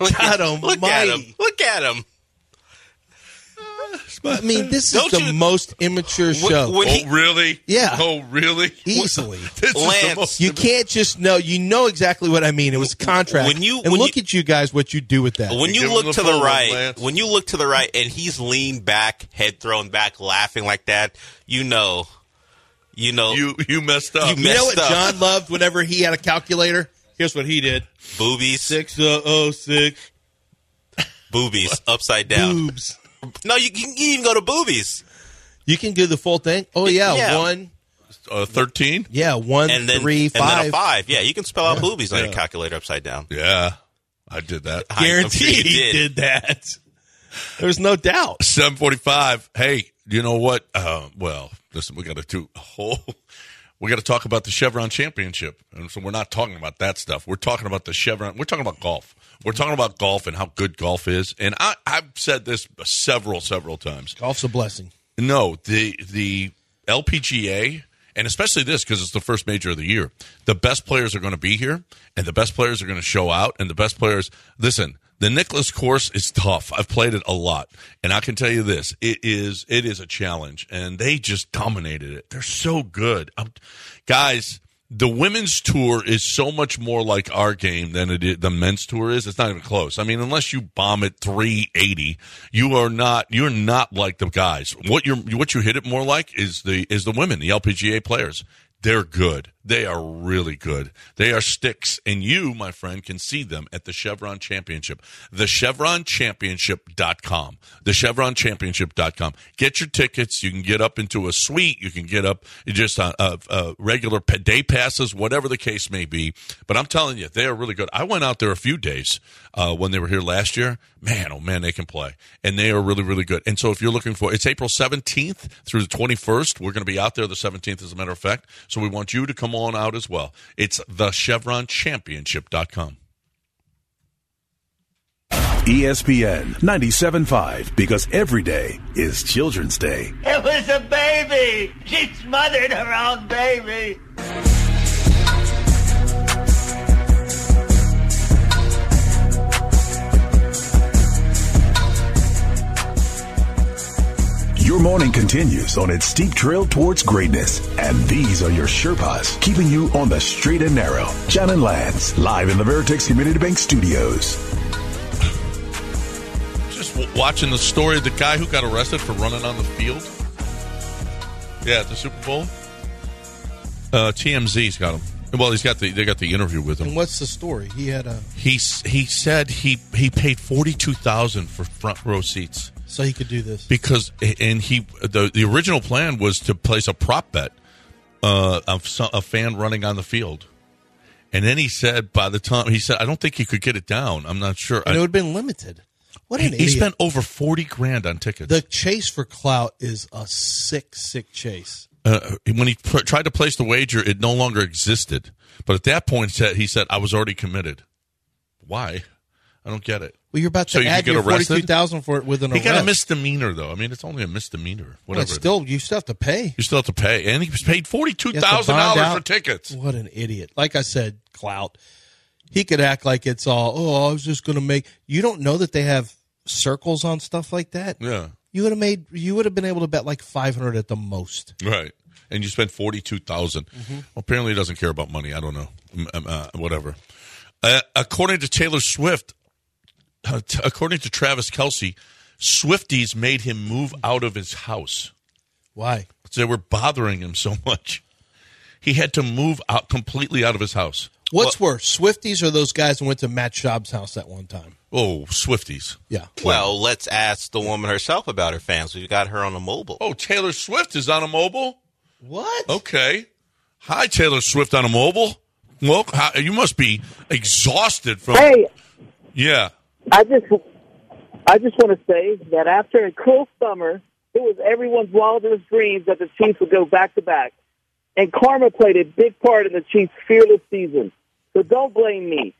[SPEAKER 7] look at,
[SPEAKER 5] God
[SPEAKER 7] look at him.
[SPEAKER 5] almighty.
[SPEAKER 7] Look at him.
[SPEAKER 5] I mean, this is
[SPEAKER 7] Don't
[SPEAKER 5] the
[SPEAKER 7] you-
[SPEAKER 5] most immature show.
[SPEAKER 7] when he-
[SPEAKER 4] oh really?
[SPEAKER 5] Yeah.
[SPEAKER 4] Oh really?
[SPEAKER 5] Easily.
[SPEAKER 4] This is the
[SPEAKER 7] Lance,
[SPEAKER 4] most-
[SPEAKER 5] You can't just know. You know exactly what I mean. It was a contract.
[SPEAKER 7] When you-
[SPEAKER 5] and
[SPEAKER 7] when
[SPEAKER 5] look
[SPEAKER 7] you-
[SPEAKER 5] at you guys, what you do with that?
[SPEAKER 7] When
[SPEAKER 4] give
[SPEAKER 7] you
[SPEAKER 4] him
[SPEAKER 7] look
[SPEAKER 4] the
[SPEAKER 7] to the
[SPEAKER 4] full one,
[SPEAKER 7] right,
[SPEAKER 4] Lance.
[SPEAKER 7] when you look to the right, and he's leaned back, head thrown back, laughing like that, you know, you know,
[SPEAKER 4] you you messed up.
[SPEAKER 7] You
[SPEAKER 5] you know what
[SPEAKER 7] messed up.
[SPEAKER 5] John loved whenever he had a calculator. Here's what he did:
[SPEAKER 7] boobies,
[SPEAKER 5] six uh, oh six
[SPEAKER 7] boobies, upside down.
[SPEAKER 5] boobs.
[SPEAKER 7] No, you can you can even go to boobies,
[SPEAKER 5] You can do the full thing. Oh yeah,
[SPEAKER 7] Yeah.
[SPEAKER 5] one.
[SPEAKER 4] Uh, Thirteen.
[SPEAKER 5] Yeah, one,
[SPEAKER 7] and then
[SPEAKER 5] three,
[SPEAKER 7] and then
[SPEAKER 5] five.
[SPEAKER 7] a five. Yeah, you can spell out boobies on your calculator upside down.
[SPEAKER 4] Yeah, I did that.
[SPEAKER 5] Guaranteed
[SPEAKER 7] I'm sure you
[SPEAKER 5] he
[SPEAKER 7] did.
[SPEAKER 5] did that. There's no doubt.
[SPEAKER 4] Seven forty-five. Hey, you know what? Uh, well, listen, we got to do a whole. We got to talk about the Chevron Championship, and so we're not talking about that stuff. We're talking about the Chevron. We're talking about golf. We're talking about golf and how good golf is. And I, I've said this several, several times.
[SPEAKER 5] Golf's a blessing.
[SPEAKER 4] No, the the LPGA and especially this because it's the first major of the year. The best players are going to be here, and the best players are going to show out, and the best players. Listen, the Nicholas course is tough. I've played it a lot, and I can tell you this: it is it is a challenge, and they just dominated it. They're so good, i guys. The women's tour is so much more like our game than it is, the men's tour is. It's not even close. I mean, unless you bomb at 380, you are not you're not like the guys. What you are what you hit it more like is the is the women, the LPGA players. They're good. They are really good. They are sticks, and you, my friend, can see them at the Chevron Championship. The Chevron Championship.com. The Chevron Championship.com. Get your tickets. You can get up into a suite. You can get up just on uh, uh, regular pa- day passes, whatever the case may be. But I'm telling you, they are really good. I went out there a few days uh, when they were here last year. Man, oh man, they can play, and they are really, really good. And so, if you're looking for, it's April 17th through the 21st. We're going to be out there the 17th, as a matter of fact. So we want you to come on out as well. It's the Chevron Championship.com.
[SPEAKER 8] E ESPN 97.5, because every day is Children's Day.
[SPEAKER 2] It was a baby. She smothered her own baby.
[SPEAKER 8] Your morning continues on its steep trail towards greatness, and these are your Sherpas keeping you on the straight and narrow. John and Lance, live in the Veritex Community Bank Studios.
[SPEAKER 4] Just w- watching the story of the guy who got arrested for running on the field. Yeah, at the Super Bowl. Uh, TMZ's got him. Well, he's got the they got the interview with him.
[SPEAKER 5] And what's the story? He had a
[SPEAKER 4] He s- he said he he paid forty two thousand for front row seats
[SPEAKER 5] so he could do this.
[SPEAKER 4] because and he the the original plan was to place a prop bet uh, of some, a fan running on the field, and then he said by the time he said I don't think he could get it down. I'm not sure.
[SPEAKER 5] and it
[SPEAKER 4] I-
[SPEAKER 5] would have been limited. What
[SPEAKER 4] he
[SPEAKER 5] an idiot.
[SPEAKER 4] spent over forty grand on tickets.
[SPEAKER 5] the chase for clout is a sick, sick chase.
[SPEAKER 4] uh, when he pr- tried to place the wager, it no longer existed. But at that point, said he said I was already committed. Why? I don't get it.
[SPEAKER 5] Well, you're about to
[SPEAKER 4] So you could
[SPEAKER 5] add
[SPEAKER 4] get
[SPEAKER 5] your
[SPEAKER 4] arrested?
[SPEAKER 5] forty-two thousand for it with an
[SPEAKER 4] He
[SPEAKER 5] arrest.
[SPEAKER 4] got a misdemeanor though. I mean, it's only a misdemeanor.
[SPEAKER 5] Well,
[SPEAKER 4] Whatever.
[SPEAKER 5] it's
[SPEAKER 4] it is.
[SPEAKER 5] still you still have to pay.
[SPEAKER 4] You still have to pay, and he was paid forty two
[SPEAKER 5] You have to
[SPEAKER 4] thousand
[SPEAKER 5] bond
[SPEAKER 4] dollars
[SPEAKER 5] out.
[SPEAKER 4] for tickets.
[SPEAKER 5] What an idiot! Like I said, clout. He could act like it's all. Oh, I was just going to make. You don't know that they have circles on stuff like that.
[SPEAKER 4] Yeah,
[SPEAKER 5] You would have made. You would have been able to bet like five hundred at the most.
[SPEAKER 4] right. And you spent forty two thousand.
[SPEAKER 5] Mm-hmm.
[SPEAKER 4] Well, apparently, he doesn't care about money. I don't know. Um, um, uh, whatever. Uh, according to Taylor Swift, uh, t- according to Travis Kelsey, Swifties made him move out of his house.
[SPEAKER 5] Why?
[SPEAKER 4] They were bothering him so much, he had to move out completely out of his house.
[SPEAKER 5] What's worse, Swifties or those guys who went to Matt Schaub's house that one time?
[SPEAKER 4] Oh, Swifties!
[SPEAKER 5] Yeah.
[SPEAKER 7] Well, let's ask the woman herself about her fans. We've got her on a mobile.
[SPEAKER 4] Oh, Taylor Swift is on a mobile.
[SPEAKER 5] What?
[SPEAKER 4] Okay. Hi, Taylor Swift on a mobile. Well, hi- you must be exhausted from.
[SPEAKER 11] Hey,
[SPEAKER 4] Yeah.
[SPEAKER 11] I just I just want to say that after a cool summer, it was everyone's wildest dreams that the Chiefs would go back to back.
[SPEAKER 5] and karma played a big part in the Chiefs' fearless season. So don't blame me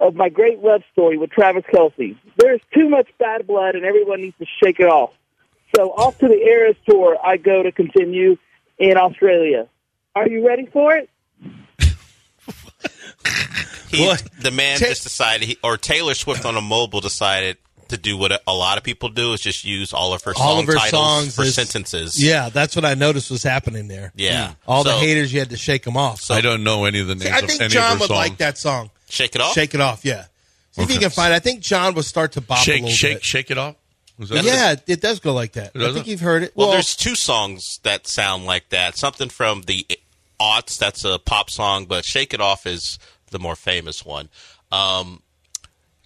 [SPEAKER 5] of my great love story with Travis Kelsey. There's too much bad blood, and everyone needs to shake it off. So off to the Eras tour I go to continue in Australia. Are you ready for it?
[SPEAKER 7] He, the man just decided, he, or Taylor Swift on a mobile decided to do what a lot of people do is just use all of her song
[SPEAKER 1] all of her
[SPEAKER 7] titles
[SPEAKER 1] songs
[SPEAKER 7] for
[SPEAKER 1] is-
[SPEAKER 7] sentences.
[SPEAKER 1] Yeah, that's what I noticed was happening there.
[SPEAKER 7] Yeah.
[SPEAKER 1] all the
[SPEAKER 7] So-
[SPEAKER 1] haters, you had to shake them off.
[SPEAKER 4] I don't know any of the names.
[SPEAKER 1] I
[SPEAKER 4] of
[SPEAKER 1] think
[SPEAKER 4] any
[SPEAKER 1] John
[SPEAKER 4] of her
[SPEAKER 1] would
[SPEAKER 4] songs.
[SPEAKER 1] like that song.
[SPEAKER 7] Shake it off.
[SPEAKER 1] Shake it off. Yeah, see if you
[SPEAKER 4] Okay.
[SPEAKER 1] can find. it. I think John would start to bop a
[SPEAKER 4] Shake,
[SPEAKER 1] little
[SPEAKER 4] shake,
[SPEAKER 1] bit.
[SPEAKER 4] shake it off. Was that-
[SPEAKER 1] Yeah, it does go like that. I
[SPEAKER 4] does
[SPEAKER 1] think
[SPEAKER 4] it?
[SPEAKER 1] you've heard it.
[SPEAKER 7] Well,
[SPEAKER 1] Well,
[SPEAKER 7] there's two songs that sound like that. Something from the aughts, that's a pop song, but Shake It Off is the more famous one. Um,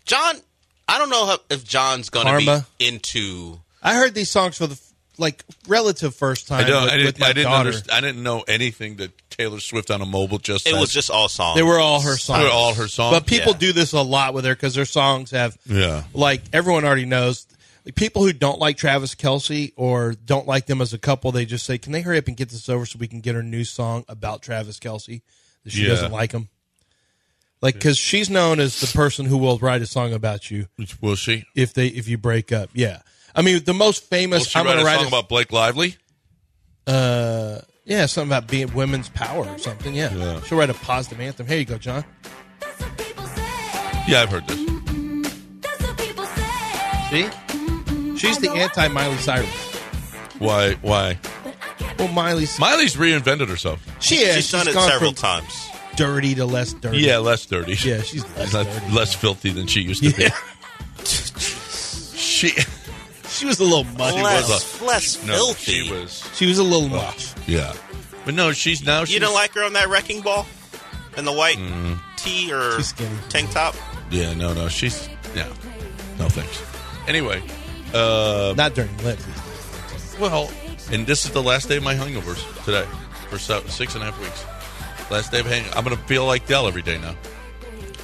[SPEAKER 7] John, I don't know how, if John's going to
[SPEAKER 1] Karma.
[SPEAKER 7] be into.
[SPEAKER 1] I heard these songs for the f- like relative first time.
[SPEAKER 4] I don't.
[SPEAKER 1] With,
[SPEAKER 4] I didn't.
[SPEAKER 1] with my
[SPEAKER 4] I didn't,
[SPEAKER 1] daughter.
[SPEAKER 4] underst- I didn't know anything that Taylor Swift on a mobile just.
[SPEAKER 7] It
[SPEAKER 4] said.
[SPEAKER 7] was just all songs.
[SPEAKER 1] They were all her songs.
[SPEAKER 4] They were all her songs?
[SPEAKER 1] But people
[SPEAKER 4] Yeah.
[SPEAKER 1] do this a lot with her because their songs have,
[SPEAKER 4] Yeah.
[SPEAKER 1] like everyone already knows. Like people who don't like Travis Kelsey or don't like them as a couple, they just say, "Can they hurry up and get this over so we can get her new song about Travis Kelsey that she
[SPEAKER 4] Yeah.
[SPEAKER 1] doesn't like him?" Like because she's known as the person who will write a song about you
[SPEAKER 4] Will she?
[SPEAKER 1] if they if you break up. Yeah, I mean the most
[SPEAKER 4] Will
[SPEAKER 1] famous.
[SPEAKER 4] she
[SPEAKER 1] I'm
[SPEAKER 4] write
[SPEAKER 1] gonna
[SPEAKER 4] a
[SPEAKER 1] write
[SPEAKER 4] song about Blake Lively?
[SPEAKER 1] uh, yeah, something about being women's power or something. Yeah.
[SPEAKER 4] Yeah.
[SPEAKER 1] she'll write a positive anthem. Here you go, John.
[SPEAKER 4] Yeah, I've heard this.
[SPEAKER 1] See, she's the anti Miley Cyrus.
[SPEAKER 4] Why? Why?
[SPEAKER 1] Well, Miley's
[SPEAKER 4] Miley's reinvented herself.
[SPEAKER 1] she is.
[SPEAKER 7] She's done it
[SPEAKER 1] gone
[SPEAKER 7] several
[SPEAKER 1] from
[SPEAKER 7] times.
[SPEAKER 1] Dirty to less dirty.
[SPEAKER 4] Yeah, less dirty.
[SPEAKER 1] yeah, she's less
[SPEAKER 4] less,
[SPEAKER 1] dirty.
[SPEAKER 4] less filthy than she used to
[SPEAKER 1] Yeah.
[SPEAKER 4] be. She, she
[SPEAKER 1] She was a little much.
[SPEAKER 4] was
[SPEAKER 7] Less,
[SPEAKER 4] a-
[SPEAKER 7] less
[SPEAKER 4] no,
[SPEAKER 7] filthy.
[SPEAKER 4] She was.
[SPEAKER 1] She was a little much.
[SPEAKER 4] Yeah, but no, she's now. She's, Mm.
[SPEAKER 7] you don't like her on that wrecking ball? And the white tee or
[SPEAKER 1] She's skinny.
[SPEAKER 7] tank top?
[SPEAKER 4] Yeah, no, no, she's. Yeah, no thanks. Anyway, uh,
[SPEAKER 1] Not during lit.
[SPEAKER 4] well, and this is the last day of my hangovers today for so, six and a half weeks. Last day of hang. I'm gonna feel like Dell every day now. Not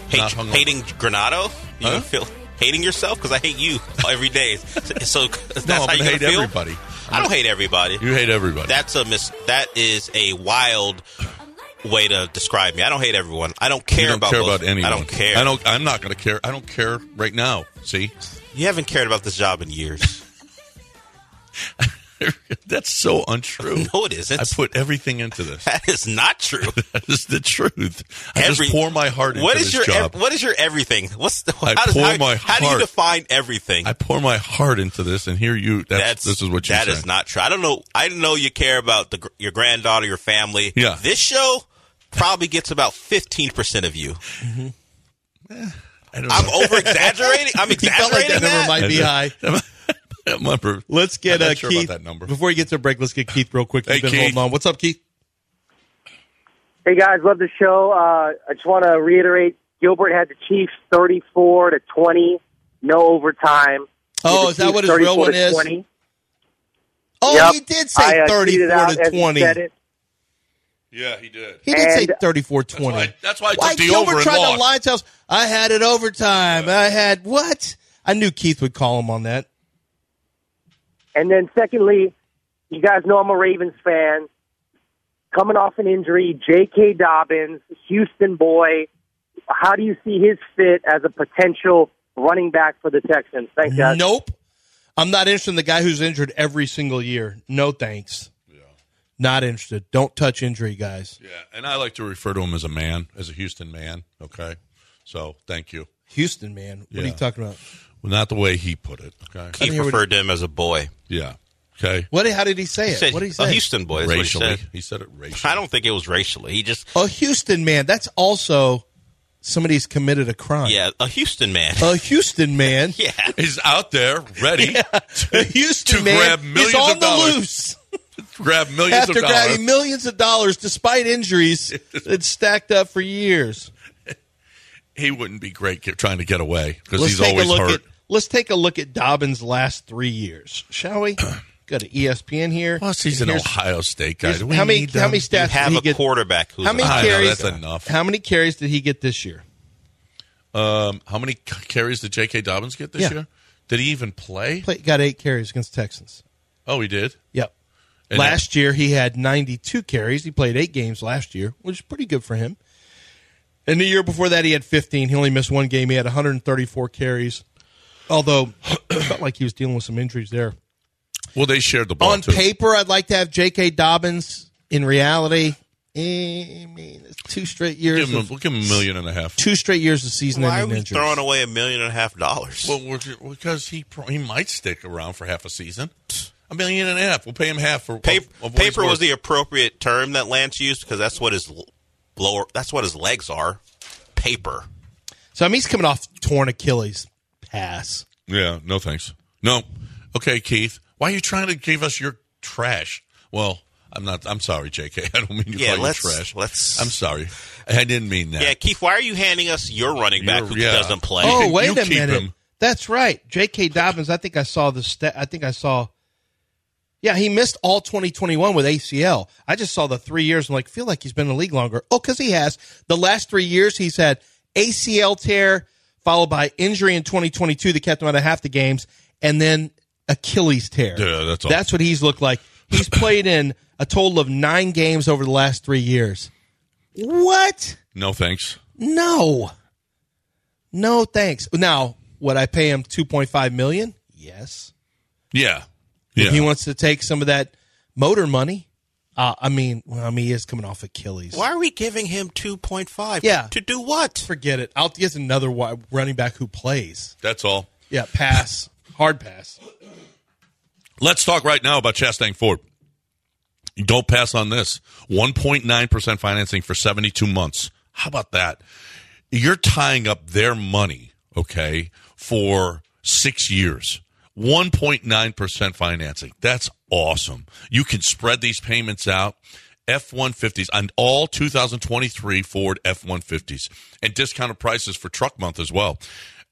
[SPEAKER 7] Hate,
[SPEAKER 4] hungover.
[SPEAKER 7] hating Granado? You
[SPEAKER 4] Huh?
[SPEAKER 7] gonna feel hating yourself? Because I hate you every day. So, so that's
[SPEAKER 4] No, I'm
[SPEAKER 7] how
[SPEAKER 4] gonna
[SPEAKER 7] you gonna
[SPEAKER 4] hate
[SPEAKER 7] feel?
[SPEAKER 4] everybody.
[SPEAKER 7] I don't hate everybody.
[SPEAKER 4] You hate everybody.
[SPEAKER 7] That's a mis. That is a wild way to describe me. I don't hate everyone. I don't care
[SPEAKER 4] you don't
[SPEAKER 7] about.
[SPEAKER 4] care
[SPEAKER 7] most-
[SPEAKER 4] about anyone.
[SPEAKER 7] I don't care.
[SPEAKER 4] I don't. I'm not gonna care. I don't care right now. See,
[SPEAKER 7] You haven't cared about this job in years.
[SPEAKER 4] that's so untrue.
[SPEAKER 7] no, it isn't.
[SPEAKER 4] I put everything into this.
[SPEAKER 7] that is not true.
[SPEAKER 4] That is the truth. I
[SPEAKER 7] Every-
[SPEAKER 4] just pour my heart into
[SPEAKER 7] What is
[SPEAKER 4] this
[SPEAKER 7] your
[SPEAKER 4] job.
[SPEAKER 7] ev- what is your everything? What's the,
[SPEAKER 4] I
[SPEAKER 7] how, does,
[SPEAKER 4] pour
[SPEAKER 7] how,
[SPEAKER 4] my
[SPEAKER 7] how do you
[SPEAKER 4] heart.
[SPEAKER 7] define everything?
[SPEAKER 4] I pour my heart into this, and here you. That's, this is what you.
[SPEAKER 7] That
[SPEAKER 4] said.
[SPEAKER 7] is not true. I don't know. I know you care about the, gr- your granddaughter, your family.
[SPEAKER 4] Yeah.
[SPEAKER 7] This show probably gets about fifteen percent of you.
[SPEAKER 4] I don't
[SPEAKER 7] I'm
[SPEAKER 4] know.
[SPEAKER 7] over exaggerating. I'm
[SPEAKER 1] He felt like
[SPEAKER 7] exaggerating
[SPEAKER 1] that number
[SPEAKER 7] that.
[SPEAKER 1] might be high.
[SPEAKER 4] That number.
[SPEAKER 1] Let's get
[SPEAKER 4] I'm not
[SPEAKER 1] uh,
[SPEAKER 4] sure
[SPEAKER 1] Keith
[SPEAKER 4] about that number.
[SPEAKER 1] before he gets a break. Let's get Keith real quick.
[SPEAKER 4] Hey,
[SPEAKER 1] You've been
[SPEAKER 4] Keith.
[SPEAKER 1] holding on. What's up, Keith?
[SPEAKER 5] Hey guys, love the show. Uh, I just want to reiterate: Gilbert had the Chiefs thirty-four to twenty, no overtime.
[SPEAKER 1] Oh,
[SPEAKER 5] The
[SPEAKER 1] is that
[SPEAKER 5] Chiefs
[SPEAKER 1] what his real
[SPEAKER 5] 34
[SPEAKER 1] one
[SPEAKER 5] to
[SPEAKER 1] is?
[SPEAKER 5] 20.
[SPEAKER 1] Oh,
[SPEAKER 5] Yep.
[SPEAKER 1] he did
[SPEAKER 5] I,
[SPEAKER 1] say
[SPEAKER 5] uh,
[SPEAKER 1] thirty-four
[SPEAKER 5] tweeted out as
[SPEAKER 1] to
[SPEAKER 5] he
[SPEAKER 1] twenty.
[SPEAKER 5] said it.
[SPEAKER 4] Yeah, he did.
[SPEAKER 1] He did say
[SPEAKER 5] And-
[SPEAKER 1] 34 20.
[SPEAKER 4] why- that's why I took the
[SPEAKER 1] Gilbert
[SPEAKER 4] over and
[SPEAKER 1] tried
[SPEAKER 4] lost.
[SPEAKER 1] to lie to us. I had it overtime. I had what? I knew Keith would call him on that.
[SPEAKER 5] And then, secondly, you guys know I'm a Ravens fan. Coming off an injury, J.K. Dobbins, Houston boy. How do you see his fit as a potential running back for the Texans? Thanks, guys.
[SPEAKER 1] Nope. I'm not interested in the guy who's injured every single year. No thanks. Not interested. Don't touch injury guys.
[SPEAKER 4] Yeah, and I like to refer to him as a man, as a Houston man. Okay, so thank you.
[SPEAKER 1] Houston, man. What are
[SPEAKER 4] Yeah.
[SPEAKER 1] you talking about?
[SPEAKER 4] Well, not the way he put it. Okay.
[SPEAKER 7] He
[SPEAKER 1] hear what-
[SPEAKER 7] referred to him as a boy.
[SPEAKER 4] Yeah. Okay.
[SPEAKER 1] What? How did he say it?
[SPEAKER 7] He said,
[SPEAKER 1] what did he
[SPEAKER 7] A
[SPEAKER 1] say?
[SPEAKER 7] Houston boy. That's
[SPEAKER 4] racially,
[SPEAKER 7] What he said.
[SPEAKER 4] he said it racially.
[SPEAKER 7] I don't think it was racially. He just
[SPEAKER 1] A Houston man. That's also somebody's committed a crime.
[SPEAKER 7] yeah, a Houston man.
[SPEAKER 1] A Houston man.
[SPEAKER 7] yeah,
[SPEAKER 4] He's out there ready
[SPEAKER 1] A
[SPEAKER 4] to,
[SPEAKER 1] Houston
[SPEAKER 4] to
[SPEAKER 1] man.
[SPEAKER 4] grab millions
[SPEAKER 1] He's on
[SPEAKER 4] of
[SPEAKER 1] the
[SPEAKER 4] dollars.
[SPEAKER 1] loose.
[SPEAKER 4] Grab millions
[SPEAKER 1] after
[SPEAKER 4] of dollars.
[SPEAKER 1] grabbing millions of dollars despite injuries that stacked up for years.
[SPEAKER 4] he wouldn't be great get, trying to get away because
[SPEAKER 1] Let's
[SPEAKER 4] he's
[SPEAKER 1] take a
[SPEAKER 4] always
[SPEAKER 1] look
[SPEAKER 4] hurt.
[SPEAKER 1] at let's take a look at Dobbins' last three years, shall we? Go to E ESPN here.
[SPEAKER 4] Plus, he's
[SPEAKER 1] And
[SPEAKER 4] an
[SPEAKER 1] here's-
[SPEAKER 4] Ohio State guy.
[SPEAKER 1] here's-
[SPEAKER 4] Do we
[SPEAKER 1] how many
[SPEAKER 4] need
[SPEAKER 1] how
[SPEAKER 4] them?
[SPEAKER 1] many
[SPEAKER 7] you
[SPEAKER 1] stats
[SPEAKER 7] have
[SPEAKER 1] did he
[SPEAKER 7] a
[SPEAKER 1] get?
[SPEAKER 7] quarterback who's
[SPEAKER 1] How many
[SPEAKER 7] an
[SPEAKER 4] I know,
[SPEAKER 1] carries?
[SPEAKER 4] that's enough.
[SPEAKER 1] How many carries did he get this year?
[SPEAKER 4] Um, how many c- carries did J.K. Dobbins get this
[SPEAKER 1] Yeah.
[SPEAKER 4] year? Did he even play?
[SPEAKER 1] Play, got eight carries against Texans.
[SPEAKER 4] Oh, he did.
[SPEAKER 1] Yep.
[SPEAKER 4] And
[SPEAKER 1] last year he had 92 carries. He played eight games last year, which is pretty good for him. And the year before that, he had 15. He only missed one game. He had 134 carries. Although, it felt like he was dealing with some injuries there.
[SPEAKER 4] Well, they shared the ball
[SPEAKER 1] On
[SPEAKER 4] too.
[SPEAKER 1] paper, I'd like to have J.K. Dobbins. In reality, eh, I mean, it's two straight years.
[SPEAKER 4] Give him a-
[SPEAKER 1] of-
[SPEAKER 4] we'll give him a million and a half.
[SPEAKER 1] Two straight years of
[SPEAKER 7] Why are
[SPEAKER 1] season-ending
[SPEAKER 7] we
[SPEAKER 1] injuries.
[SPEAKER 7] throwing away a million and a half dollars?
[SPEAKER 4] Well, we're, because he pro- he might stick around for half a season. A million and a half. We'll pay him half for
[SPEAKER 7] paper,
[SPEAKER 4] of- of what he's
[SPEAKER 7] paper was
[SPEAKER 4] worth.
[SPEAKER 7] the appropriate term that Lance used because that's what his l- lower that's what his legs are. Paper.
[SPEAKER 1] so, I mean, he's coming off torn Achilles pass.
[SPEAKER 4] Yeah, no thanks. No. Okay, Keith. Why are you trying to give us your trash? Well, I'm not I'm sorry, JK. I don't mean you
[SPEAKER 7] Yeah,
[SPEAKER 4] call
[SPEAKER 7] let's-
[SPEAKER 4] you trash.
[SPEAKER 7] let's-
[SPEAKER 4] I'm sorry. I didn't mean that.
[SPEAKER 7] Yeah, Keith, why are you handing us your running back
[SPEAKER 4] You're-
[SPEAKER 7] who
[SPEAKER 4] yeah.
[SPEAKER 7] doesn't play?
[SPEAKER 4] You
[SPEAKER 1] Oh,
[SPEAKER 4] can-
[SPEAKER 1] wait
[SPEAKER 4] you
[SPEAKER 1] a
[SPEAKER 4] keep
[SPEAKER 1] minute.
[SPEAKER 4] him.
[SPEAKER 1] That's right. J.K. Dobbins, I think I saw the stat. I think I saw. Yeah, he missed all 2021 with ACL. I just saw the three years and like feel like he's been in the league longer. Oh, because he has. The last three years, he's had ACL tear followed by injury in 2022 that kept him out of half the games, and then Achilles tear.
[SPEAKER 4] Yeah, that's all.
[SPEAKER 1] That's what he's looked like. He's played in a total of nine games over the last three years. What?
[SPEAKER 4] No thanks.
[SPEAKER 1] No. No, thanks. Now, would I pay him 2.5 million? Yes.
[SPEAKER 4] Yeah. Yeah.
[SPEAKER 1] If he wants to take some of that motor money, uh, I mean, well, I mean, he is coming off Achilles.
[SPEAKER 7] Why are we giving him two point five?
[SPEAKER 1] Yeah.
[SPEAKER 7] To do what?
[SPEAKER 1] Forget it. I'll get another wi- running back who plays.
[SPEAKER 4] That's all.
[SPEAKER 1] Yeah, pass. Hard pass.
[SPEAKER 4] Let's talk right now about Chastang Ford. Don't pass on this. 1.9% financing for 72 months. How about that? You're tying up their money, okay, for six years. 1.9% financing. That's awesome. You can spread these payments out. F 150s on all 2023 Ford F 150s and discounted prices for truck month as well.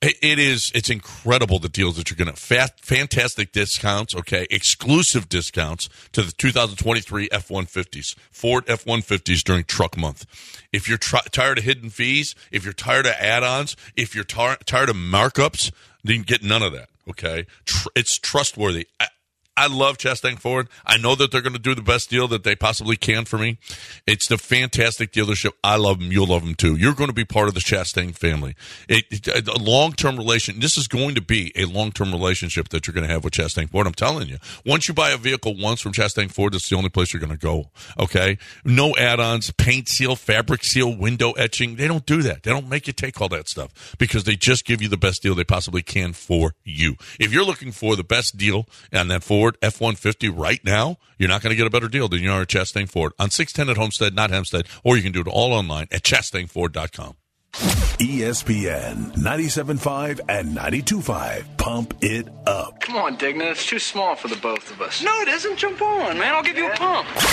[SPEAKER 4] It it is, it's incredible the deals that you're going to, fast, fantastic discounts, okay, exclusive discounts to the 2023 F 150s, Ford F 150s during truck month. If you're tr- tired of hidden fees, if you're tired of add ons, if you're tar- tired of markups, then get none of that, okay? Tr- it's trustworthy. I- I love Chastang Ford. I know that they're going to do the best deal that they possibly can for me. It's the fantastic dealership. I love them. You'll love them too. You're going to be part of the Chastang family. It, it- a long-term relation. This is going to be a long-term relationship that you're going to have with Chastang Ford. I'm telling you. Once you buy a vehicle once from Chastang Ford, that's the only place you're going to go. Okay. No add-ons, paint seal, fabric seal, window etching. They don't do that. They don't make you take all that stuff because they just give you the best deal they possibly can for you. If you're looking for the best deal on that Ford F 150 right now, you're not going to get a better deal than you are at Chastain Ford on 610 at Homestead, not Hempstead, or you can do it all online at chastainford.com.
[SPEAKER 8] E ESPN 97.5 and 92.5. Pump it up.
[SPEAKER 11] Come on, Digna. It's too small for the both of us. No, it isn't. Jump on, man. I'll give you a pump.